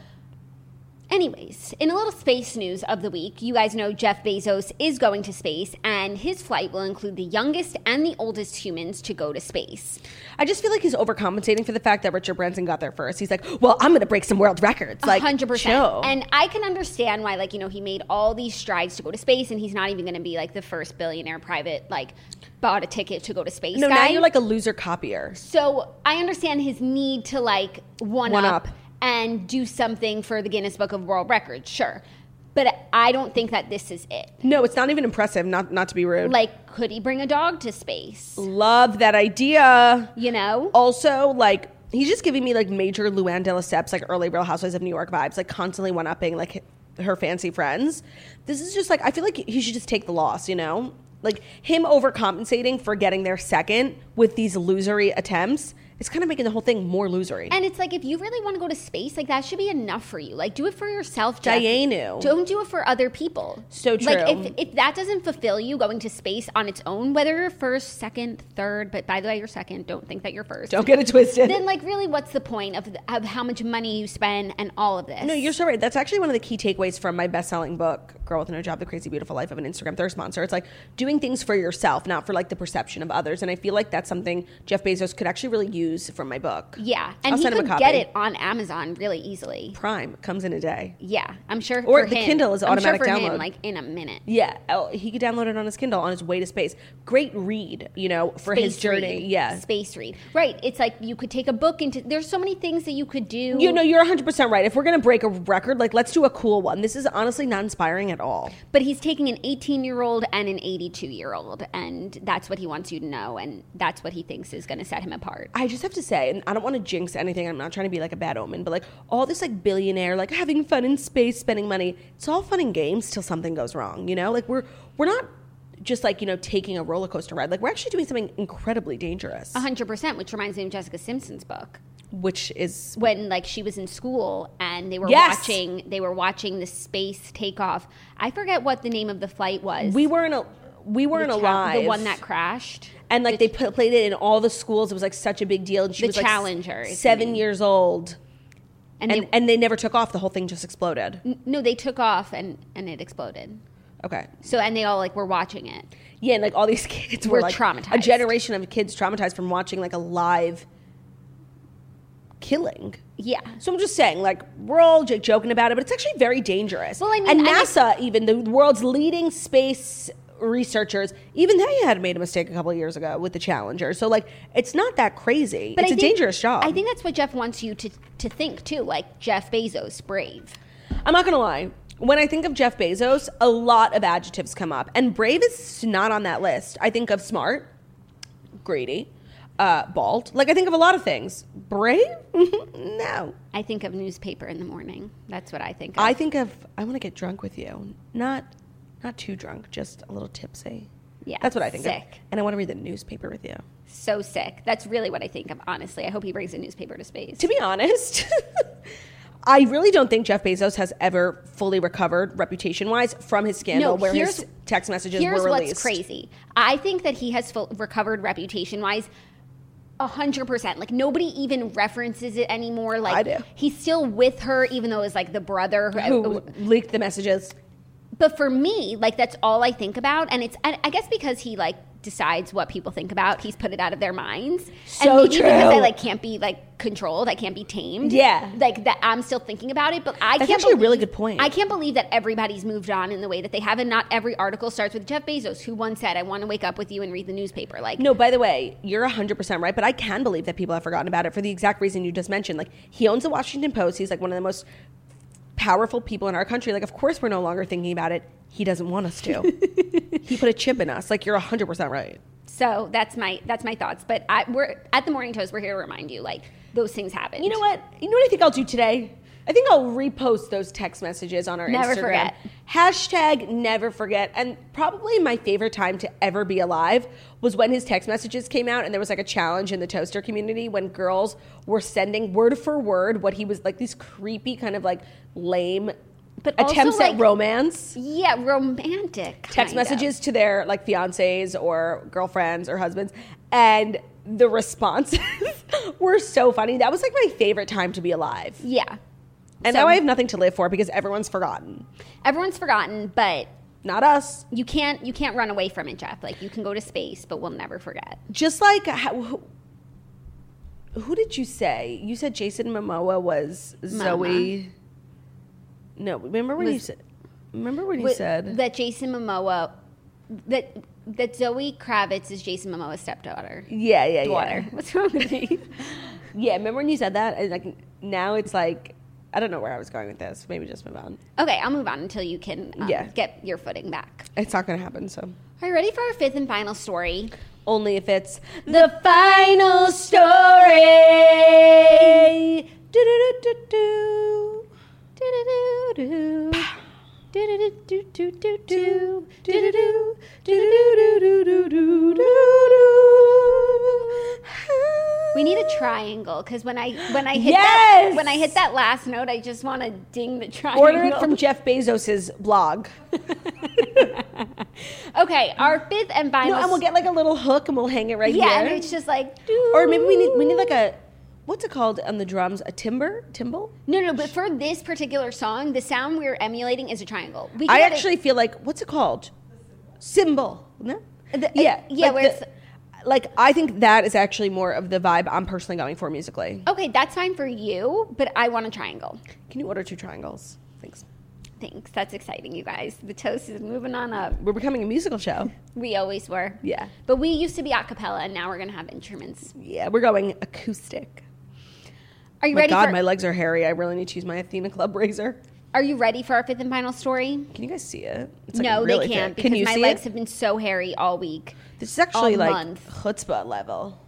Speaker 3: Anyways, in a little space news of the week, you guys know Jeff Bezos is going to space, and his flight will include the youngest and the oldest humans to go to space.
Speaker 2: I just feel like he's overcompensating for the fact that Richard Branson got there first. He's like, "Well, I'm going to break some world records." Like,
Speaker 3: hundred
Speaker 2: chill.
Speaker 3: percent. And I can understand why, like you know, he made all these strides to go to space, and he's not even going to be like the first billionaire private like bought a ticket to go to space.
Speaker 2: no,
Speaker 3: guy.
Speaker 2: now you're like a loser copier.
Speaker 3: So I understand his need to like one,
Speaker 2: One
Speaker 3: up,
Speaker 2: up.
Speaker 3: and do something for the Guinness Book of World Records, sure. But I don't think that this is it.
Speaker 2: No, it's not even impressive. Not not to be rude.
Speaker 3: Like, could he bring a dog to space?
Speaker 2: Love that idea.
Speaker 3: You know?
Speaker 2: Also, like. He's just giving me like major Luann de Lesseps, like early Real Housewives of New York vibes, like constantly one upping like her fancy friends. This is just like I feel like he should just take the loss, you know? Like him overcompensating for getting there second with these losery attempts, it's kind of making the whole thing more losery.
Speaker 3: And it's like if you really want to go to space, like that should be enough for you. Like do it for yourself, Jeff.
Speaker 2: Dianu.
Speaker 3: Don't do it for other people.
Speaker 2: So
Speaker 3: Like
Speaker 2: true.
Speaker 3: if if that doesn't fulfill you going to space on its own, whether you're first, second, third, but by the way, you're second. Don't think that you're first.
Speaker 2: Don't get it twisted.
Speaker 3: Then like really, what's the point of of how much money you spend and all of this?
Speaker 2: No, you're so right. That's actually one of the key takeaways from my best-selling book, "Girl with No Job: The Crazy Beautiful Life of an Instagram Thirst Monster." It's like doing things for yourself, not for like the perception of others. And I feel like that's something Jeff Bezos could actually really use from my book.
Speaker 3: yeah, and
Speaker 2: I'll
Speaker 3: he
Speaker 2: send him a
Speaker 3: could
Speaker 2: copy.
Speaker 3: get it on Amazon really easily.
Speaker 2: Prime comes in a day.
Speaker 3: Yeah, I'm sure.
Speaker 2: Or
Speaker 3: for
Speaker 2: the
Speaker 3: him-
Speaker 2: Kindle is
Speaker 3: I'm sure
Speaker 2: automatic
Speaker 3: for
Speaker 2: download.
Speaker 3: Him, like in a minute.
Speaker 2: Yeah, oh, he could download it on his Kindle on his way to space. Great read, you know, for his
Speaker 3: Space
Speaker 2: journey.
Speaker 3: read.
Speaker 2: Yeah.
Speaker 3: space read. Right. It's like you could take a book into. There's so many things that you could do.
Speaker 2: You know, you're 100% right. If we're going to break a record, like, let's do a cool one. This is honestly not inspiring at all.
Speaker 3: But he's taking an 18 year old and an 82 year old, and that's what he wants you to know, and that's what he thinks is going to set him apart.
Speaker 2: I just have to say, and I don't want to jinx anything. I'm not trying to be like a bad omen, but like all this like billionaire, like having fun in space, spending money. It's all fun and games till something goes wrong. You know, like we're we're not just like you know taking a roller coaster ride. Like we're actually doing something incredibly dangerous,
Speaker 3: Uh-huh. 100%, which reminds me of Jessica Simpson's book.
Speaker 2: which is
Speaker 3: When like she was in school and they were
Speaker 2: Yes.
Speaker 3: watching, they were watching the space takeoff. I forget what the name of the flight was.
Speaker 2: we weren't a, we weren't
Speaker 3: The cha-
Speaker 2: alive.
Speaker 3: The one that crashed.
Speaker 2: and like they put, played it in all the schools. It was like such a big deal. And she
Speaker 3: The
Speaker 2: was like, s-
Speaker 3: Challenger is the
Speaker 2: seven
Speaker 3: name.
Speaker 2: years old, and
Speaker 3: And, they,
Speaker 2: and they never took off. The whole thing just exploded.
Speaker 3: no, they took off and and it exploded.
Speaker 2: Okay,
Speaker 3: So and they all like were watching it.
Speaker 2: Yeah, and like all these kids were,
Speaker 3: Were
Speaker 2: like A
Speaker 3: traumatized.
Speaker 2: generation of kids traumatized from watching like a live killing.
Speaker 3: Yeah.
Speaker 2: So I'm just saying, like, we're all j- joking about it, but it's actually very dangerous.
Speaker 3: Well, I mean,
Speaker 2: and
Speaker 3: and I-
Speaker 2: NASA, even the world's leading space researchers, even they had made a mistake a couple of years ago with the Challenger. So like, it's not that crazy. it's
Speaker 3: I
Speaker 2: a
Speaker 3: think-
Speaker 2: dangerous job.
Speaker 3: I think that's what Jeff wants you to to think too, like Jeff Bezos, brave.
Speaker 2: I'm not gonna lie. When I think of Jeff Bezos, a lot of adjectives come up, and brave is not on that list. I think of smart, greedy, uh, bald. Like I think of a lot of things. Brave? no.
Speaker 3: I think of newspaper in the morning. That's what I think. Of.
Speaker 2: I think of I want to get drunk with you. Not, not too drunk, just a little tipsy.
Speaker 3: Yeah,
Speaker 2: that's what I think of.
Speaker 3: sick.
Speaker 2: And I want to read the newspaper with you.
Speaker 3: so sick. That's really what I think of. Honestly, I hope he brings a newspaper to space.
Speaker 2: To be honest. I really don't think Jeff Bezos has ever fully recovered reputation wise from his scandal where his
Speaker 3: here's-
Speaker 2: text messages
Speaker 3: Here's
Speaker 2: were released.
Speaker 3: what's crazy. I think that he has full, recovered reputation wise. A hundred percent. Like nobody even references it anymore. Like
Speaker 2: I do.
Speaker 3: he's still with her, even though it's like the brother
Speaker 2: who leaked the messages.
Speaker 3: but for me like that's all i think about and it's and i guess because he like decides what people think about he's put it out of their minds
Speaker 2: So
Speaker 3: and maybe because
Speaker 2: true.
Speaker 3: i like can't be like controlled i can't be tamed
Speaker 2: Yeah.
Speaker 3: like that i'm still thinking about it but i
Speaker 2: That's
Speaker 3: can't
Speaker 2: actually a really
Speaker 3: believe-
Speaker 2: good point.
Speaker 3: i can't believe that everybody's moved on in the way that they have and not every article starts with jeff bezos who once said i want to wake up with you and read the newspaper like
Speaker 2: No, by the way, you're 100% right, but I can believe that people have forgotten about it for the exact reason you just mentioned. Like, he owns the Washington Post. He's like one of the most powerful people in our country. Like, of course, we're no longer thinking about it. He doesn't want us to. he put a chip in us. Like, you're 100% right.
Speaker 3: so that's my that's my thoughts but i we're at the morning toast we're here to remind you like those things happen
Speaker 2: You know what? You know what I think I'll do today? I think I'll repost those text messages on our
Speaker 3: Never
Speaker 2: Instagram.
Speaker 3: forget.
Speaker 2: Hashtag never forget. And probably my favorite time to ever be alive was when his text messages came out and there was like a challenge in the toaster community when girls were sending word for word what he was like these creepy kind of like lame
Speaker 3: But also,
Speaker 2: attempts at
Speaker 3: like,
Speaker 2: romance.
Speaker 3: yeah romantic
Speaker 2: Text
Speaker 3: kind of.
Speaker 2: messages to their like fiancés or girlfriends or husbands and the responses were so funny. That was like my favorite time to be alive.
Speaker 3: yeah
Speaker 2: And
Speaker 3: So-
Speaker 2: now I have nothing to live for because everyone's forgotten.
Speaker 3: everyone's forgotten but
Speaker 2: Not us.
Speaker 3: you can't you can't run away from it jeff like you can go to space but we'll never forget
Speaker 2: Just like how, who, who did you say? You said Jason Momoa was Zoe. No, remember when you
Speaker 3: Was-
Speaker 2: said? Remember when you
Speaker 3: But-
Speaker 2: said?
Speaker 3: that jason momoa that that zoe kravitz is jason momoa's stepdaughter
Speaker 2: yeah, yeah,
Speaker 3: daughter
Speaker 2: yeah.
Speaker 3: what's wrong with me
Speaker 2: Yeah, remember when you said that? And like now it's like I don't know where I was going with this. Maybe just move on.
Speaker 3: okay i'll move on until you can um,
Speaker 2: Yeah.
Speaker 3: get your footing back
Speaker 2: It's not going to happen. So
Speaker 3: are you ready for our fifth and final story
Speaker 2: only if it's
Speaker 3: the final
Speaker 2: story. Do do do do do.
Speaker 3: story We need a triangle because when I when I hit that
Speaker 2: Yes!
Speaker 3: when I hit that last note, I just want to ding the triangle.
Speaker 2: Order it from Jeff Bezos's blog.
Speaker 3: okay, our fifth and final.
Speaker 2: No, and we'll get like a little hook and we'll hang it right
Speaker 3: yeah,
Speaker 2: here.
Speaker 3: and it's just like
Speaker 2: or maybe we need we need like a what's it called on the drums? A timber? Timble?
Speaker 3: no no. But for this particular song, the sound we're emulating is a triangle. We
Speaker 2: I
Speaker 3: get it-
Speaker 2: actually feel like what's it called? Symbol. No?
Speaker 3: The-
Speaker 2: yeah.
Speaker 3: yeah, where
Speaker 2: Like,
Speaker 3: it's-
Speaker 2: the- like I think that is actually more of the vibe I'm personally going for musically.
Speaker 3: okay, that's fine for you, but I want a triangle.
Speaker 2: Can you order two triangles? Thanks.
Speaker 3: Thanks, that's exciting, you guys. The toast is moving on up.
Speaker 2: We're becoming a musical show.
Speaker 3: We always were.
Speaker 2: Yeah.
Speaker 3: But we used to be a cappella, and now we're gonna have instruments.
Speaker 2: Yeah, we're going acoustic.
Speaker 3: Are you
Speaker 2: My
Speaker 3: ready?
Speaker 2: God,
Speaker 3: for,
Speaker 2: my legs are hairy. I really need to use my Athena Club razor.
Speaker 3: Are you ready for our fifth and final story?
Speaker 2: Can you guys see it? It's like
Speaker 3: no,
Speaker 2: really
Speaker 3: they can't
Speaker 2: thick.
Speaker 3: because
Speaker 2: Can you
Speaker 3: my
Speaker 2: see
Speaker 3: legs
Speaker 2: it?
Speaker 3: have been so hairy all week.
Speaker 2: This is actually
Speaker 3: all
Speaker 2: like
Speaker 3: month.
Speaker 2: chutzpah level.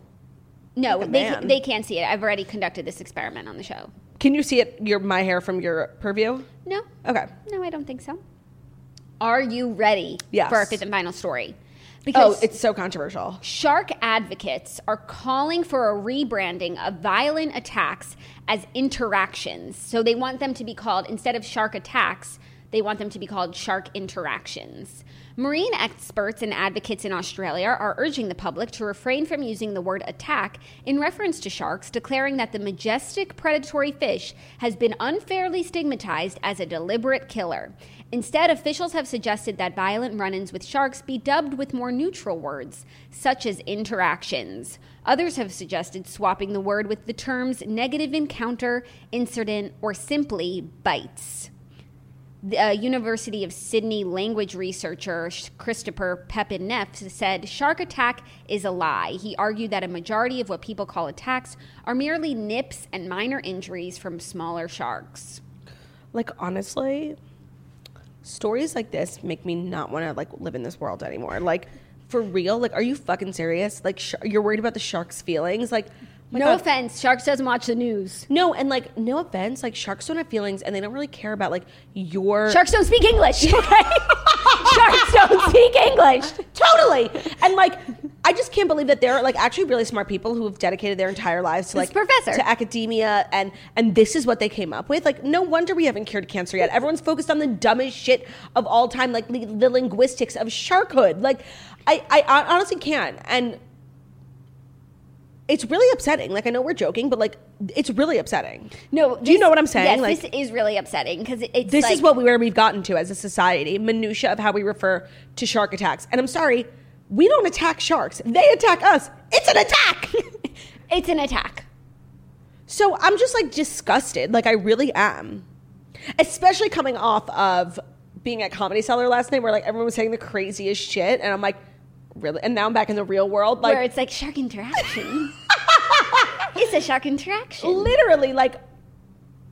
Speaker 3: No,
Speaker 2: Like a
Speaker 3: they
Speaker 2: man.
Speaker 3: can, they can't see it. I've already conducted this experiment on the show.
Speaker 2: Can you see it? Your my hair from your purview.
Speaker 3: No,
Speaker 2: Okay.
Speaker 3: no, I don't think so. Are you ready
Speaker 2: Yes.
Speaker 3: for our fifth and final story?
Speaker 2: Oh,
Speaker 3: Because
Speaker 2: it's so controversial.
Speaker 3: shark advocates are calling for a rebranding of violent attacks as interactions. So they want them to be called, instead of shark attacks, they want them to be called shark interactions. Marine experts and advocates in Australia are urging the public to refrain from using the word attack in reference to sharks, declaring that the majestic predatory fish has been unfairly stigmatized as a deliberate killer. Instead, officials have suggested that violent run ins with sharks be dubbed with more neutral words, such as interactions. Others have suggested swapping the word with the terms negative encounter, incident, or simply bites. The uh, University of Sydney language researcher Sh- Christopher Pepin Neff said shark attack is a lie. He argued that a majority of what people call attacks are merely nips and minor injuries from smaller sharks.
Speaker 2: Like honestly, stories like this make me not want to like live in this world anymore. Like for real. Like, are you fucking serious? Like, sh- you're worried about the shark's feelings. Like, my
Speaker 3: no
Speaker 2: God.
Speaker 3: offense, sharks doesn't watch the news.
Speaker 2: No, and like, no offense. Like, sharks don't have feelings, and they don't really care about like your
Speaker 3: Sharks don't speak English. Okay. Sharks don't speak English.
Speaker 2: Totally. And like, I just can't believe that there are like actually really smart people who have dedicated their entire lives to
Speaker 3: This
Speaker 2: like
Speaker 3: professor.
Speaker 2: to academia and and this is what they came up with. Like, no wonder we haven't cured cancer yet. Everyone's focused on the dumbest shit of all time, like the, the linguistics of sharkhood. Like, I I hon- honestly can't. And it's really upsetting. Like, I know we're joking, but like, it's really upsetting.
Speaker 3: No.
Speaker 2: Do you
Speaker 3: this-
Speaker 2: know what I'm saying?
Speaker 3: Yes,
Speaker 2: Like-
Speaker 3: this is really upsetting because it's
Speaker 2: This is
Speaker 3: like-
Speaker 2: what we where we've gotten to as a society, minutia of how we refer to shark attacks. And I'm sorry, we don't attack sharks. They attack us. It's an attack.
Speaker 3: it's an attack.
Speaker 2: so I'm just like disgusted. Like I really am. Especially coming off of being at Comedy Cellar last night where like everyone was saying the craziest shit and I'm like, really? And now I'm back in the real world. Like
Speaker 3: where it's like shark interaction. it's a shark interaction.
Speaker 2: literally like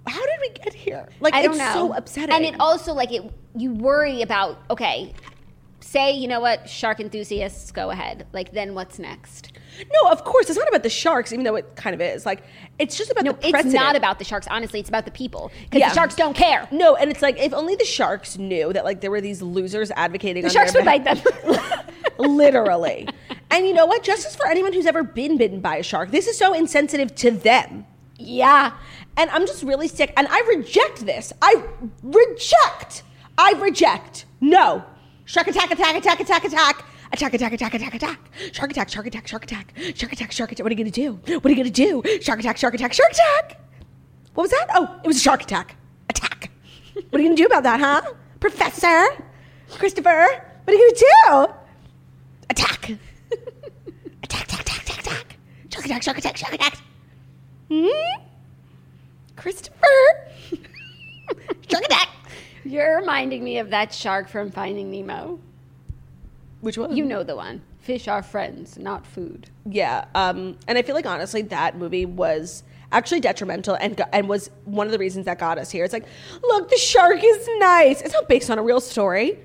Speaker 2: how did we get here? Like
Speaker 3: I don't
Speaker 2: it's
Speaker 3: know.
Speaker 2: so upsetting.
Speaker 3: And it also like it you worry about okay, say you know what shark enthusiasts go ahead. Like then what's next?
Speaker 2: No, of course it's not about the sharks, even though it kind of is. Like it's just about
Speaker 3: No,
Speaker 2: the
Speaker 3: it's
Speaker 2: precedent.
Speaker 3: not about the sharks. Honestly, it's about the people because
Speaker 2: Yeah.
Speaker 3: the sharks don't care.
Speaker 2: No, and it's like if only the sharks knew that like there were these losers advocating.
Speaker 3: The
Speaker 2: on
Speaker 3: sharks
Speaker 2: their
Speaker 3: would
Speaker 2: beh-
Speaker 3: bite them.
Speaker 2: literally. and you know what? Justice for anyone who's ever been bitten by a shark. This is so insensitive to them.
Speaker 3: yeah.
Speaker 2: And I'm just really sick. And I reject this. I reject. I reject. No. Shark attack, attack, attack, attack, attack. Attack, attack, attack, attack, attack. Shark attack, shark attack, shark attack. Shark attack, shark attack. What are you going to do? What are you going to do? Shark attack, shark attack, shark attack. What was that? Oh, it was a shark attack. Attack. What are you going to do about that, huh? Professor? Christopher? What are you going to do? Attack. attack, attack, attack, attack, attack. Shark attack, shark attack, shark attack. Hmm? Christopher. Shark attack.
Speaker 3: You're reminding me of that shark from Finding Nemo.
Speaker 2: Which one?
Speaker 3: You know the one. Fish are friends, not food.
Speaker 2: Yeah. Um, and I feel like honestly that movie was actually detrimental and go- and was one of the reasons that got us here. It's like, look, the shark is nice. It's not based on a real story.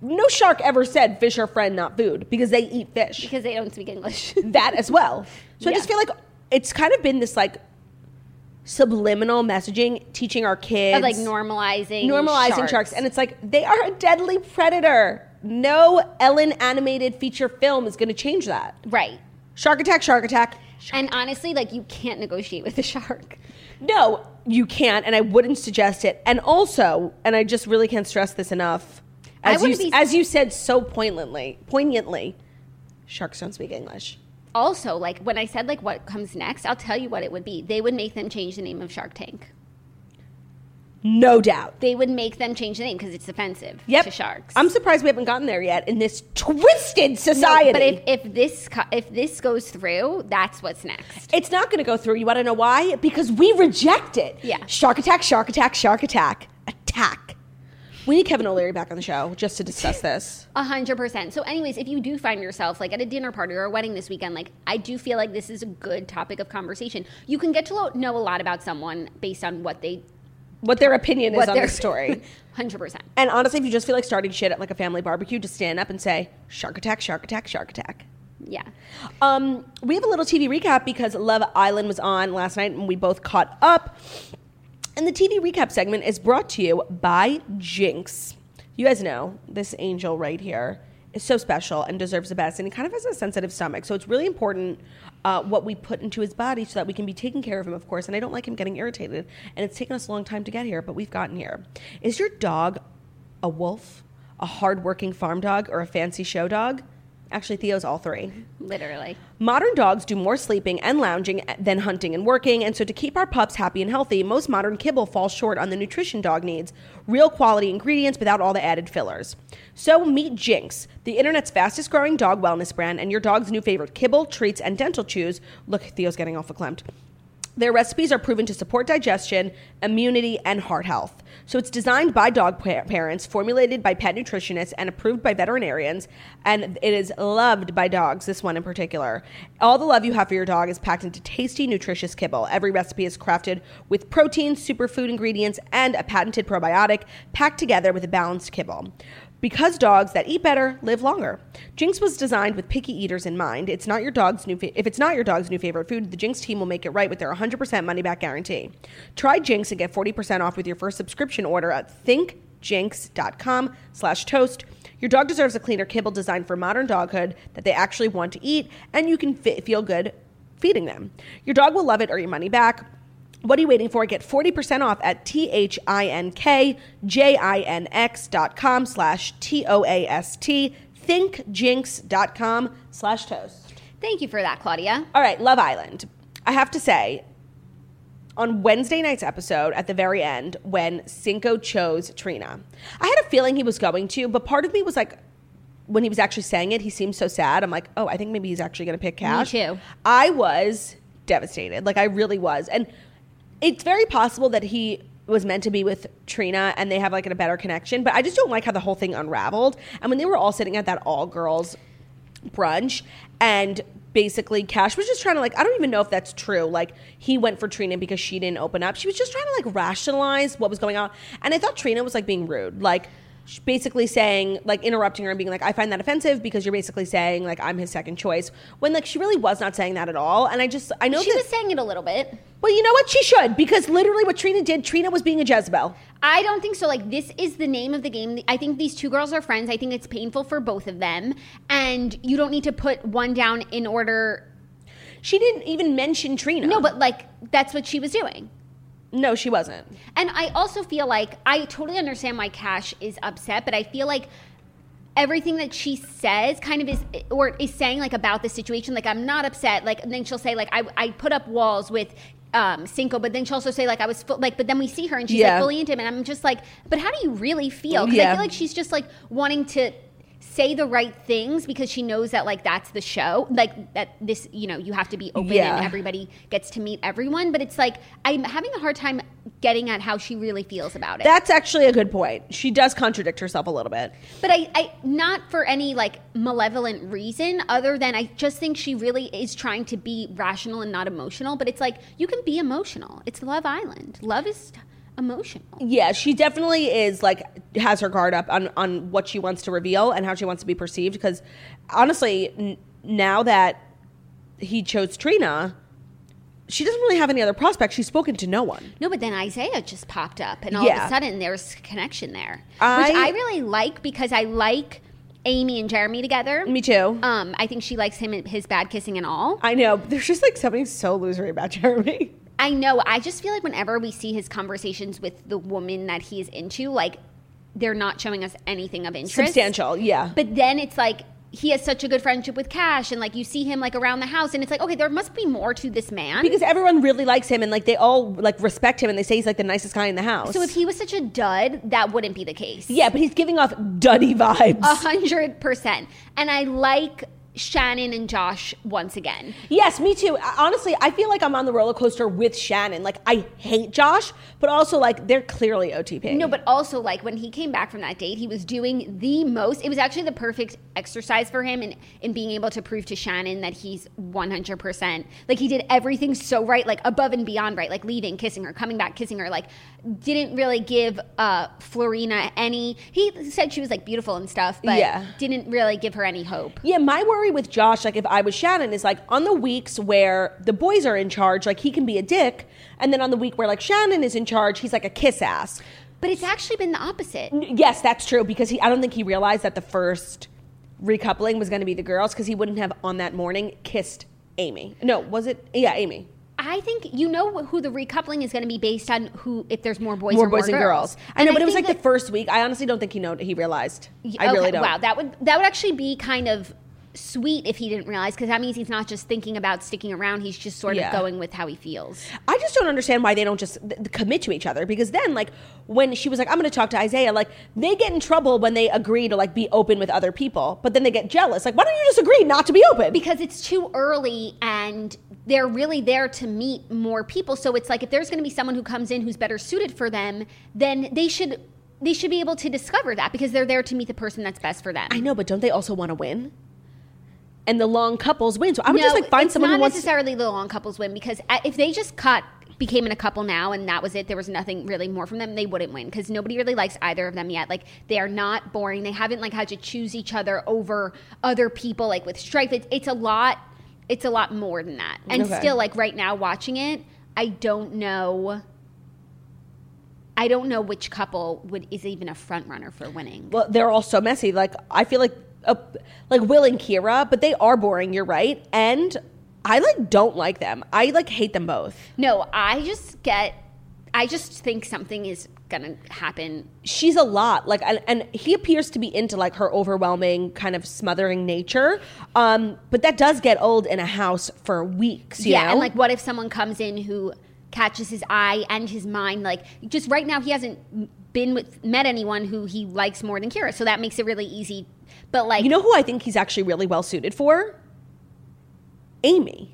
Speaker 2: No shark ever said fish are friend, not food, because they eat fish.
Speaker 3: Because they don't speak English.
Speaker 2: that as well. So I
Speaker 3: Yeah.
Speaker 2: just feel like it's kind of been this like subliminal messaging teaching our kids
Speaker 3: Of like normalizing
Speaker 2: normalizing sharks. and it's like they are a deadly predator no ellen animated feature film is going to change that
Speaker 3: right.
Speaker 2: shark attack shark attack shark-
Speaker 3: And honestly, like you can't negotiate with a shark.
Speaker 2: no you can't and i wouldn't suggest it and also and i just really can't stress this enough
Speaker 3: I
Speaker 2: as you
Speaker 3: wouldn't be-
Speaker 2: as you said so poignantly poignantly sharks don't speak english
Speaker 3: Also, like when I said like what comes next, I'll tell you what it would be. They would make them change the name of Shark Tank.
Speaker 2: no doubt
Speaker 3: They would make them change the name because it's offensive
Speaker 2: yep
Speaker 3: to sharks.
Speaker 2: i'm surprised we haven't gotten there yet in this twisted
Speaker 3: No,
Speaker 2: society
Speaker 3: but if, if this co- if this goes through, that's what's next.
Speaker 2: It's not going to go through. You want to know why? Because we reject it.
Speaker 3: Yeah.
Speaker 2: Shark attack, shark attack, shark attack, attack. We need Kevin O'Leary back on the show just to discuss this.
Speaker 3: A hundred percent. So, anyways, if you do find yourself like at a dinner party or a wedding this weekend, like I do feel like this is a good topic of conversation. You can get to lo- know a lot about someone based on what they
Speaker 2: What their opinion is
Speaker 3: what
Speaker 2: on
Speaker 3: their
Speaker 2: the story.
Speaker 3: Hundred percent.
Speaker 2: and honestly, if you just feel like starting shit at like a family barbecue, just stand up and say, shark attack, shark attack, shark attack.
Speaker 3: Yeah.
Speaker 2: Um, we have a little TV recap because Love Island was on last night and we both caught up. And the TV recap segment is brought to you by Jinx. You guys know this angel right here is so special and deserves the best, and he kind of has a sensitive stomach, so it's really important uh, what we put into his body so that we can be taking care of him, of course. And I don't like him getting irritated, and it's taken us a long time to get here, but we've gotten here. Is your dog a wolf, a hardworking farm dog, or a fancy show dog? Actually, Theo's all three.
Speaker 3: Literally.
Speaker 2: Modern dogs do more sleeping and lounging than hunting and working, and so to keep our pups happy and healthy, most modern kibble falls short on the nutrition dog needs real quality ingredients without all the added fillers. So meet Jinx, the internet's fastest growing dog wellness brand, and your dog's new favorite kibble, treats, and dental chews. Look, Theo's getting all verklempt. Their recipes are proven to support digestion, immunity, and heart health. So it's designed by dog pa- parents, formulated by pet nutritionists, and approved by veterinarians. And it is loved by dogs, this one in particular. All the love you have for your dog is packed into tasty, nutritious kibble. Every recipe is crafted with protein, superfood ingredients, and a patented probiotic packed together with a balanced kibble. Because dogs that eat better live longer. Jinx was designed with picky eaters in mind. It's not your dog's new fa- if it's not your dog's new favorite food, the Jinx team will make it right with their 100% money back guarantee. Try Jinx and get 40% off with your first subscription order at thinkjinx.com/toast. Your dog deserves a cleaner kibble designed for modern doghood that they actually want to eat and you can fit, feel good feeding them. Your dog will love it or your money back. What are you waiting for? Get 40% off at T-H-I-N-K-J-I-N-X dot com slash T-O-A-S-T, thinkjinx.com slash toast.
Speaker 3: Thank you for that, Claudia.
Speaker 2: All right, Love Island. I have to say, on Wednesday night's episode, at the very end, when Cinco chose Trina, I had a feeling he was going to, but part of me was like, when he was actually saying it, he seemed so sad. I'm like, oh, I think maybe he's actually going to pick Cash.
Speaker 3: too.
Speaker 2: I was devastated. Like, I really was. And it's very possible that he was meant to be with Trina and they have like a better connection, but I just don't like how the whole thing unraveled. And when they were all sitting at that all girls brunch and basically cash was just trying to like i don't even know if that's true like he went for trina because she didn't open up she was just trying to like rationalize what was going on and i thought trina was like being rude like sh- basically saying like interrupting her and being like i find that offensive because you're basically saying like i'm his second choice when like she really was not saying that at all and i just i know
Speaker 3: She
Speaker 2: that
Speaker 3: was saying it a little bit.
Speaker 2: well you know what she should because literally what trina did trina was being a jezebel
Speaker 3: I don't think so. Like, this is the name of the game. I think these two girls are friends. I think it's painful for both of them. And you don't need to put one down in order.
Speaker 2: she didn't even mention trina
Speaker 3: No, but like, that's what she was doing.
Speaker 2: no she wasn't
Speaker 3: And I also feel like I totally understand why Cash is upset, but I feel like everything that she says kind of is or is saying like about the situation like i'm not upset like and then she'll say like i, I put up walls with um cinco but then she'll also say like i was fu- like but then we see her and she's
Speaker 2: Yeah.
Speaker 3: like fully into him and i'm just like but how do you really feel because i
Speaker 2: Yeah.
Speaker 3: feel like she's just like wanting to say the right things because she knows that like that's the show like that this you know you have to be open
Speaker 2: Yeah.
Speaker 3: and everybody gets to meet everyone but it's like i'm having a hard time getting at how she really feels about it
Speaker 2: that's actually a good point she does contradict herself a little bit
Speaker 3: but I, I not for any like malevolent reason other than I just think she really is trying to be rational and not emotional. But it's like you can be emotional. It's Love Island. Love is emotional.
Speaker 2: Yeah, she definitely is like has her guard up on on what she wants to reveal and how she wants to be perceived. Because honestly, n- now that he chose Trina, she doesn't really have any other prospects. She's spoken to no one.
Speaker 3: No, but then Isaiah just popped up, and all of
Speaker 2: Yeah.
Speaker 3: a sudden there's a connection there, which
Speaker 2: I-
Speaker 3: I really like because I like Amy and Jeremy together.
Speaker 2: Me too.
Speaker 3: Um, I think she likes him and his bad kissing and all.
Speaker 2: I know. There's just like something so losery about Jeremy.
Speaker 3: I know. I just feel like whenever we see his conversations with the woman that he is into, like they're not showing us anything of interest.
Speaker 2: Substantial, yeah.
Speaker 3: But then it's like he has such a good friendship with Cash, and like you see him like around the house, and it's like okay, there must be more to this man.
Speaker 2: because everyone really likes him and like they all like respect him and they say he's like the nicest guy in the house.
Speaker 3: so if he was such a dud, that wouldn't be the case.
Speaker 2: yeah, but he's giving off duddy vibes.
Speaker 3: A hundred percent. And I like Shannon and Josh once again.
Speaker 2: Yes, me too. I- Honestly, I feel like I'm on the roller coaster with Shannon. Like I hate Josh, but also like they're clearly OTP.
Speaker 3: No, but also like when he came back from that date, he was doing the most. It was actually the perfect exercise for him in in being able to prove to Shannon that he's one hundred percent. Like he did everything so right, like above and beyond right, like leaving, kissing her, coming back, kissing her. Like didn't really give uh Florina any. He said she was like beautiful and stuff, but
Speaker 2: Yeah.
Speaker 3: didn't really give her any hope.
Speaker 2: yeah, my worry with Josh, like if I was Shannon, is like on the weeks where the boys are in charge, like he can be a dick, and then on the week where like Shannon is in charge, he's like a kiss ass.
Speaker 3: But it's actually been the opposite.
Speaker 2: Yes, that's true because he. I don't think he realized that the first recoupling was going to be the girls because he wouldn't have on that morning kissed Amy. No, was it? Yeah, Amy.
Speaker 3: I think you know who the recoupling is going to be based on who if there's more boys
Speaker 2: More
Speaker 3: or
Speaker 2: boys
Speaker 3: more
Speaker 2: and girls. I know, but it was
Speaker 3: think
Speaker 2: like the first week. I honestly don't think he know he realized.
Speaker 3: that-
Speaker 2: I really
Speaker 3: okay,
Speaker 2: don't.
Speaker 3: Wow, that would that would actually be kind of sweet if he didn't realize because that means he's not just thinking about sticking around. He's just sort
Speaker 2: Yeah.
Speaker 3: of going with how he feels.
Speaker 2: I just don't understand why they don't just th- th- commit to each other because then like when she was like I'm going to talk to Isaiah like they get in trouble when they agree to like be open with other people but then they get jealous like why don't you just agree not to be open
Speaker 3: Because it's too early and they're really there to meet more people. So it's like if there's going to be someone who comes in who's better suited for them, then they should they should be able to discover that because they're there to meet the person that's best for them.
Speaker 2: I know but don't they also want to win and the long couples win so I would just like find
Speaker 3: it's
Speaker 2: someone
Speaker 3: not
Speaker 2: who wants to
Speaker 3: necessarily the long couples win because uh, if they just cut became in a couple now and that was it there was nothing really more from them they wouldn't win because nobody really likes either of them yet like they are not boring they haven't like had to choose each other over other people like with strife it, it's a lot it's a lot more than that and
Speaker 2: Okay.
Speaker 3: still like right now watching it i don't know i don't know which couple would is even a front runner for winning
Speaker 2: well they're all so messy like I feel like uh, like Will and Kira but they are boring you're right and I like don't like them I like hate them both
Speaker 3: No, I just get, I just think something is gonna happen.
Speaker 2: she's a lot like and, and he appears to be into like her overwhelming kind of smothering nature um but that does get old in a house for weeks you
Speaker 3: yeah,
Speaker 2: know?
Speaker 3: and like, what if someone comes in who catches his eye and his mind? Like, just right now, he hasn't been with met anyone who he likes more than Kira, so that makes it really easy. But like,
Speaker 2: you know who i think he's actually really well suited for amy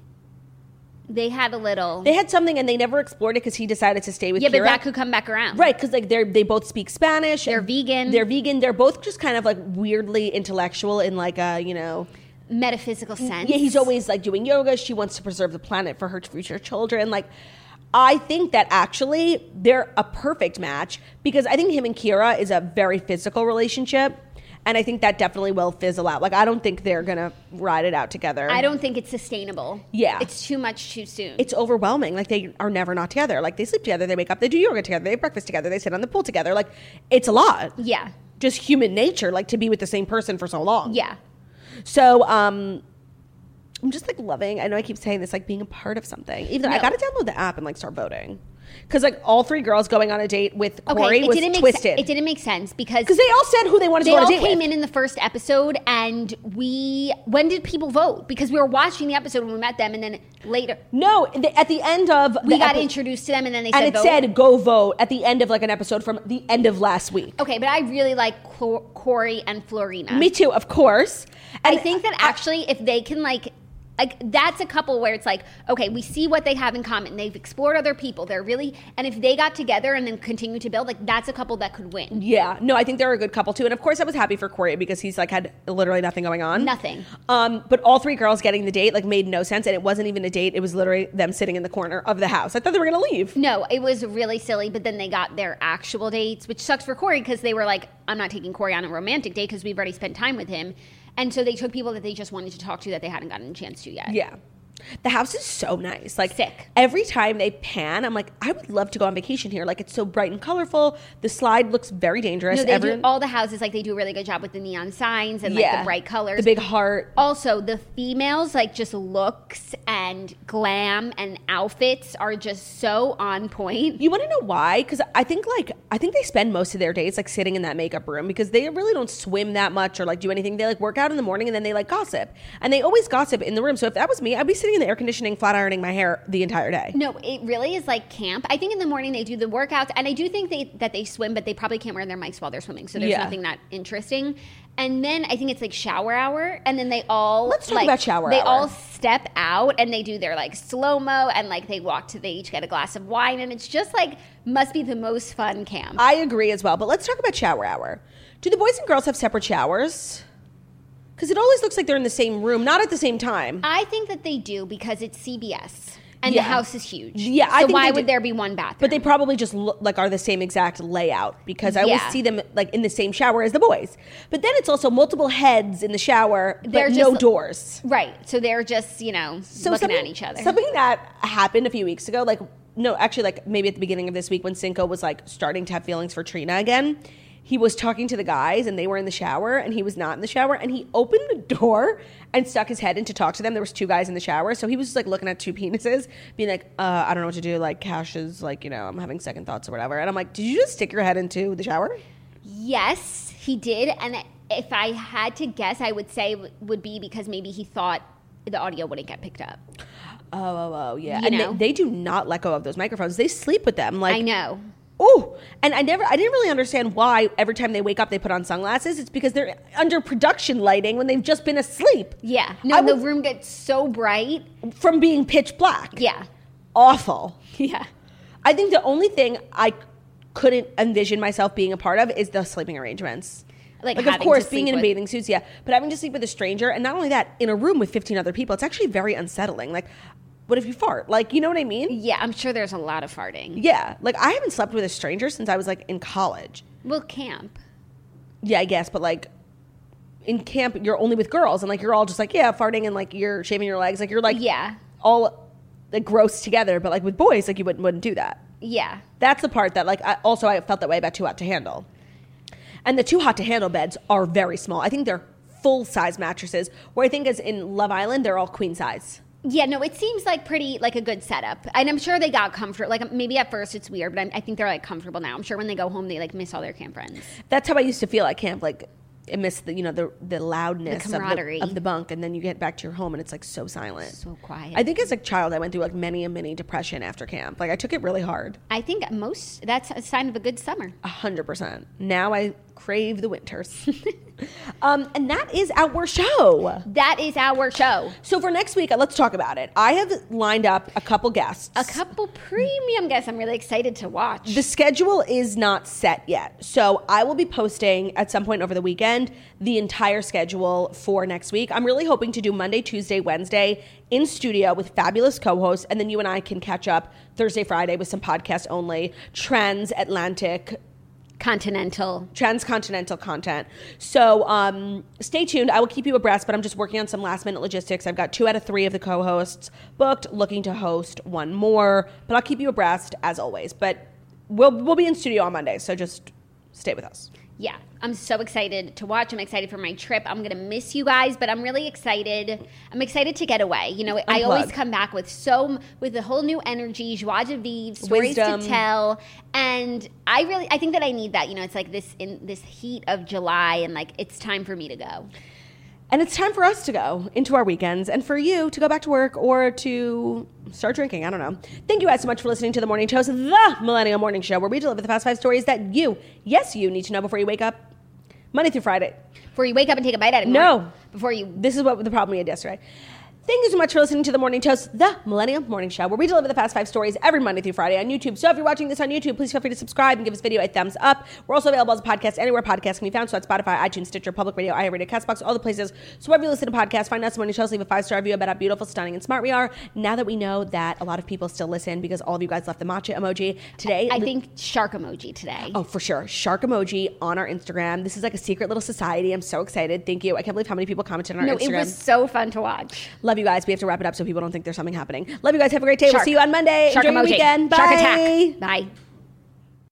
Speaker 3: they had a little,
Speaker 2: they had something and they never explored it because he decided to stay with
Speaker 3: yeah, but
Speaker 2: Kira.
Speaker 3: that could come back around,
Speaker 2: Right, because like they're they both speak Spanish.
Speaker 3: They're vegan.
Speaker 2: They're vegan. They're both just kind of like weirdly intellectual in like a you know
Speaker 3: Metaphysical sense.
Speaker 2: Yeah, he's always like doing yoga. She wants to preserve the planet for her future children. Like, I think that actually they're a perfect match because I think him and Kira is a very physical relationship. And I think that definitely will fizzle out. Like, I don't think they're going to ride it out together.
Speaker 3: I don't think it's sustainable.
Speaker 2: Yeah.
Speaker 3: it's too much too soon.
Speaker 2: It's overwhelming. Like, they are never not together. Like, they sleep together, they wake up, they do yoga together, they have breakfast together, they sit on the pool together. Like, it's a lot.
Speaker 3: yeah,
Speaker 2: Just human nature, like, to be with the same person for so long.
Speaker 3: yeah.
Speaker 2: So, um, I'm just like loving. I know I keep saying this, like being a part of something. Even though I
Speaker 3: No.
Speaker 2: gotta download the app and like start voting, because like all three girls going on a date with Corey
Speaker 3: Okay, it
Speaker 2: was
Speaker 3: didn't make se-
Speaker 2: twisted.
Speaker 3: it didn't make sense because
Speaker 2: because they all said who they wanted to
Speaker 3: they
Speaker 2: go on
Speaker 3: all
Speaker 2: a date
Speaker 3: came
Speaker 2: with.
Speaker 3: in in the first episode and we when did people vote because we were watching the episode when we met them and then later
Speaker 2: No, the, at the end of
Speaker 3: we
Speaker 2: the
Speaker 3: got
Speaker 2: epi-
Speaker 3: introduced to them and then they
Speaker 2: and
Speaker 3: said
Speaker 2: it
Speaker 3: vote.
Speaker 2: said go vote at the end of like an episode from the end of last week.
Speaker 3: okay but i really like Cor- corey and florina
Speaker 2: Me too, of course.
Speaker 3: i think that actually if they can like like that's a couple where it's like okay we see what they have in common they've explored other people they're really and if they got together and then continue to build like that's a couple that could win
Speaker 2: Yeah, no, I think they're a good couple too, and of course I was happy for Corey because he's like had literally nothing going on,
Speaker 3: Nothing.
Speaker 2: Um, but all three girls getting the date like made no sense, and it wasn't even a date. It was literally them sitting in the corner of the house. I thought they were gonna leave.
Speaker 3: No, it was really silly, but then they got their actual dates, which sucks for Corey because they were like, I'm not taking Corey on a romantic date because we've already spent time with him. And so they took people that they just wanted to talk to that they hadn't gotten a chance to yet.
Speaker 2: Yeah, The house is so nice. Like
Speaker 3: Sick.
Speaker 2: every time they pan, I'm like, I would love to go on vacation here. Like it's so bright and colorful. The slide looks very dangerous.
Speaker 3: No, they
Speaker 2: Everyone-
Speaker 3: do all the houses like they do a really good job with the neon signs and like the bright colors.
Speaker 2: the big heart.
Speaker 3: also, the females like just looks and glam and outfits are just so on point.
Speaker 2: You want to know why? Because I think like I think they spend most of their days like sitting in that makeup room because they really don't swim that much or like do anything. They like work out in the morning and then they like gossip, and they always gossip in the room. So if that was me, I'd be sitting in the air conditioning, flat ironing my hair the entire day.
Speaker 3: No, it really is like camp. I think in the morning they do the workouts, and I do think they that they swim, but they probably can't wear their mics while they're swimming, so there's
Speaker 2: Yeah.
Speaker 3: nothing that interesting. And then I think it's like shower hour, and then they all
Speaker 2: Let's talk
Speaker 3: like,
Speaker 2: about shower
Speaker 3: They
Speaker 2: hour.
Speaker 3: all step out and they do their like slow mo, and like they walk to they each get a glass of wine, and it's just like must be the most fun camp.
Speaker 2: I agree as well. But let's talk about shower hour. Do the boys and girls have separate showers? Because it always looks like they're in the same room, not at the same time.
Speaker 3: I think that they do because it's CBS and
Speaker 2: Yeah.
Speaker 3: the house is huge.
Speaker 2: Yeah,
Speaker 3: so
Speaker 2: I think
Speaker 3: why
Speaker 2: they
Speaker 3: would
Speaker 2: do.
Speaker 3: there be one bathroom?
Speaker 2: But they probably just look, like are the same exact layout because I always
Speaker 3: Yeah.
Speaker 2: see them like in the same shower as the boys. But then it's also multiple heads in the shower, but
Speaker 3: They're
Speaker 2: no
Speaker 3: just-
Speaker 2: doors.
Speaker 3: right, so they're just you know looking
Speaker 2: something-
Speaker 3: at each other.
Speaker 2: Something that happened a few weeks ago, like no, actually, like maybe at the beginning of this week when Cinco was like starting to have feelings for Trina again. He was talking to the guys and they were in the shower and he was not in the shower and he opened the door and stuck his head in to talk to them. There was two guys in the shower, so he was just like looking at two penises, being like, uh, "I don't know what to do." Like Cash is like, you know, I'm having second thoughts or whatever. And I'm like, "Did you just stick your head into the shower?"
Speaker 3: Yes, he did. And if I had to guess, I would say w- would be because maybe he thought the audio wouldn't get picked up.
Speaker 2: Oh, oh, oh, yeah.
Speaker 3: You
Speaker 2: and
Speaker 3: know.
Speaker 2: They, they do not let go of those microphones. They sleep with them. Like
Speaker 3: I know.
Speaker 2: Oh, and I never, I didn't really understand why every time they wake up they put on sunglasses. It's because they're under production lighting when they've just been asleep
Speaker 3: Yeah. No,
Speaker 2: I
Speaker 3: the
Speaker 2: was-
Speaker 3: room gets so bright.
Speaker 2: from being pitch black.
Speaker 3: Yeah.
Speaker 2: Awful.
Speaker 3: Yeah.
Speaker 2: I think the only thing I couldn't envision myself being a part of is the sleeping arrangements.
Speaker 3: Like,
Speaker 2: Like,
Speaker 3: having
Speaker 2: of
Speaker 3: to
Speaker 2: course,
Speaker 3: sleep
Speaker 2: being in
Speaker 3: with-
Speaker 2: bathing suits, yeah. But having to sleep with a stranger, and not only that, in a room with 15 other people, it's actually very unsettling. Like, what if you fart? Like, you know what I mean?
Speaker 3: Yeah, I'm sure there's a lot of farting.
Speaker 2: Yeah. Like, I haven't slept with a stranger since I was like in college.
Speaker 3: Well, camp.
Speaker 2: yeah, I guess, but like in camp, you're only with girls, and like you're all just like yeah, farting and like you're shaving your legs, like you're like
Speaker 3: Yeah.
Speaker 2: all like gross together. But like with boys, like you wouldn't wouldn't do that.
Speaker 3: Yeah.
Speaker 2: That's the part that like I, also I felt that way about too hot to handle, and the too hot to handle beds are very small. I think they're full size mattresses, where I think as in Love Island, they're all queen size.
Speaker 3: Yeah, no, it seems like pretty, like a good setup. And I'm sure they got comfortable. Like, maybe at first it's weird, but I'm, I think they're like comfortable now. I'm sure when they go home, they like miss all their camp friends.
Speaker 2: That's how I used to feel at camp, like. I miss the you know the the loudness of the-
Speaker 3: camaraderie.
Speaker 2: of the bunk, and then you get back to your home and it's like so silent.
Speaker 3: So quiet.
Speaker 2: I think as a child, I went through like many a mini depression after camp. Like I took it really hard,
Speaker 3: I think most, that's a sign of a good summer.
Speaker 2: a hundred percent. Now I crave the winters. um, and that is our show.
Speaker 3: That is our show.
Speaker 2: So for next week, uh, let's talk about it. I have lined up a couple guests.
Speaker 3: A couple premium guests I'm really excited to watch.
Speaker 2: The schedule is not set yet. So I will be posting at some point over the weekend the entire schedule for next week. I'm really hoping to do Monday, Tuesday, Wednesday in studio with fabulous co hosts. And then you and I can catch up Thursday, Friday with some podcast only trends, Atlantic,
Speaker 3: Continental.
Speaker 2: transcontinental content. So um, stay tuned. I will keep you abreast, but I'm just working on some last minute logistics. I've got two out of three of the co hosts booked, looking to host one more, but I'll keep you abreast as always. But we'll, we'll be in studio on Monday, so just stay with us.
Speaker 3: Yeah, I'm so excited to watch. I'm excited for my trip. I'm going to miss you guys, but I'm really excited. I'm excited to get away. You know, I always
Speaker 2: Unplug.
Speaker 3: come back with so m- with a whole new energy, joie de vivre, stories
Speaker 2: Wisdom.
Speaker 3: to tell, and I really I think that I need that. You know, it's like this in this heat of July and like it's time for me to go.
Speaker 2: And it's time for us to go into our weekends and for you to go back to work or to start drinking. I don't know. Thank you guys so much for listening to The Morning Toast, the Millennial Morning Show, where we deliver the fast five stories that you, yes, you need to know before you wake up Monday through Friday.
Speaker 3: Before you wake up and take a bite out of
Speaker 2: No.
Speaker 3: more. Before you
Speaker 2: This is what the problem we had yesterday. Thank you so much for listening to the Morning Toast, the Millennial Morning Show, where we deliver the past five stories every Monday through Friday on YouTube. So if you're watching this on YouTube, please feel free to subscribe and give this video a thumbs up. We're also available as a podcast anywhere podcasts can be found, so at Spotify, iTunes, Stitcher, Public Radio, iHeartRadio, Castbox, all the places. So wherever you listen to podcasts, find us the Morning Toast, leave a five star review about how beautiful, stunning, and smart we are. Now that we know that a lot of people still listen because all of you guys left the matcha emoji today.
Speaker 3: I think shark emoji today.
Speaker 2: Oh, for sure. Shark emoji on our Instagram. This is like a secret little society. I'm so excited. Thank you. I can't believe how many people commented on our
Speaker 3: no,
Speaker 2: Instagram.
Speaker 3: it was so fun to watch.
Speaker 2: Love Love you guys. We have to wrap it up so people don't think there's something happening. Love you guys. Have a great day. We'll
Speaker 3: Shark.
Speaker 2: see you on Monday.
Speaker 3: Shark
Speaker 2: Enjoy your
Speaker 3: emoji.
Speaker 2: weekend.
Speaker 3: Shark
Speaker 2: Bye.
Speaker 3: attack. Bye.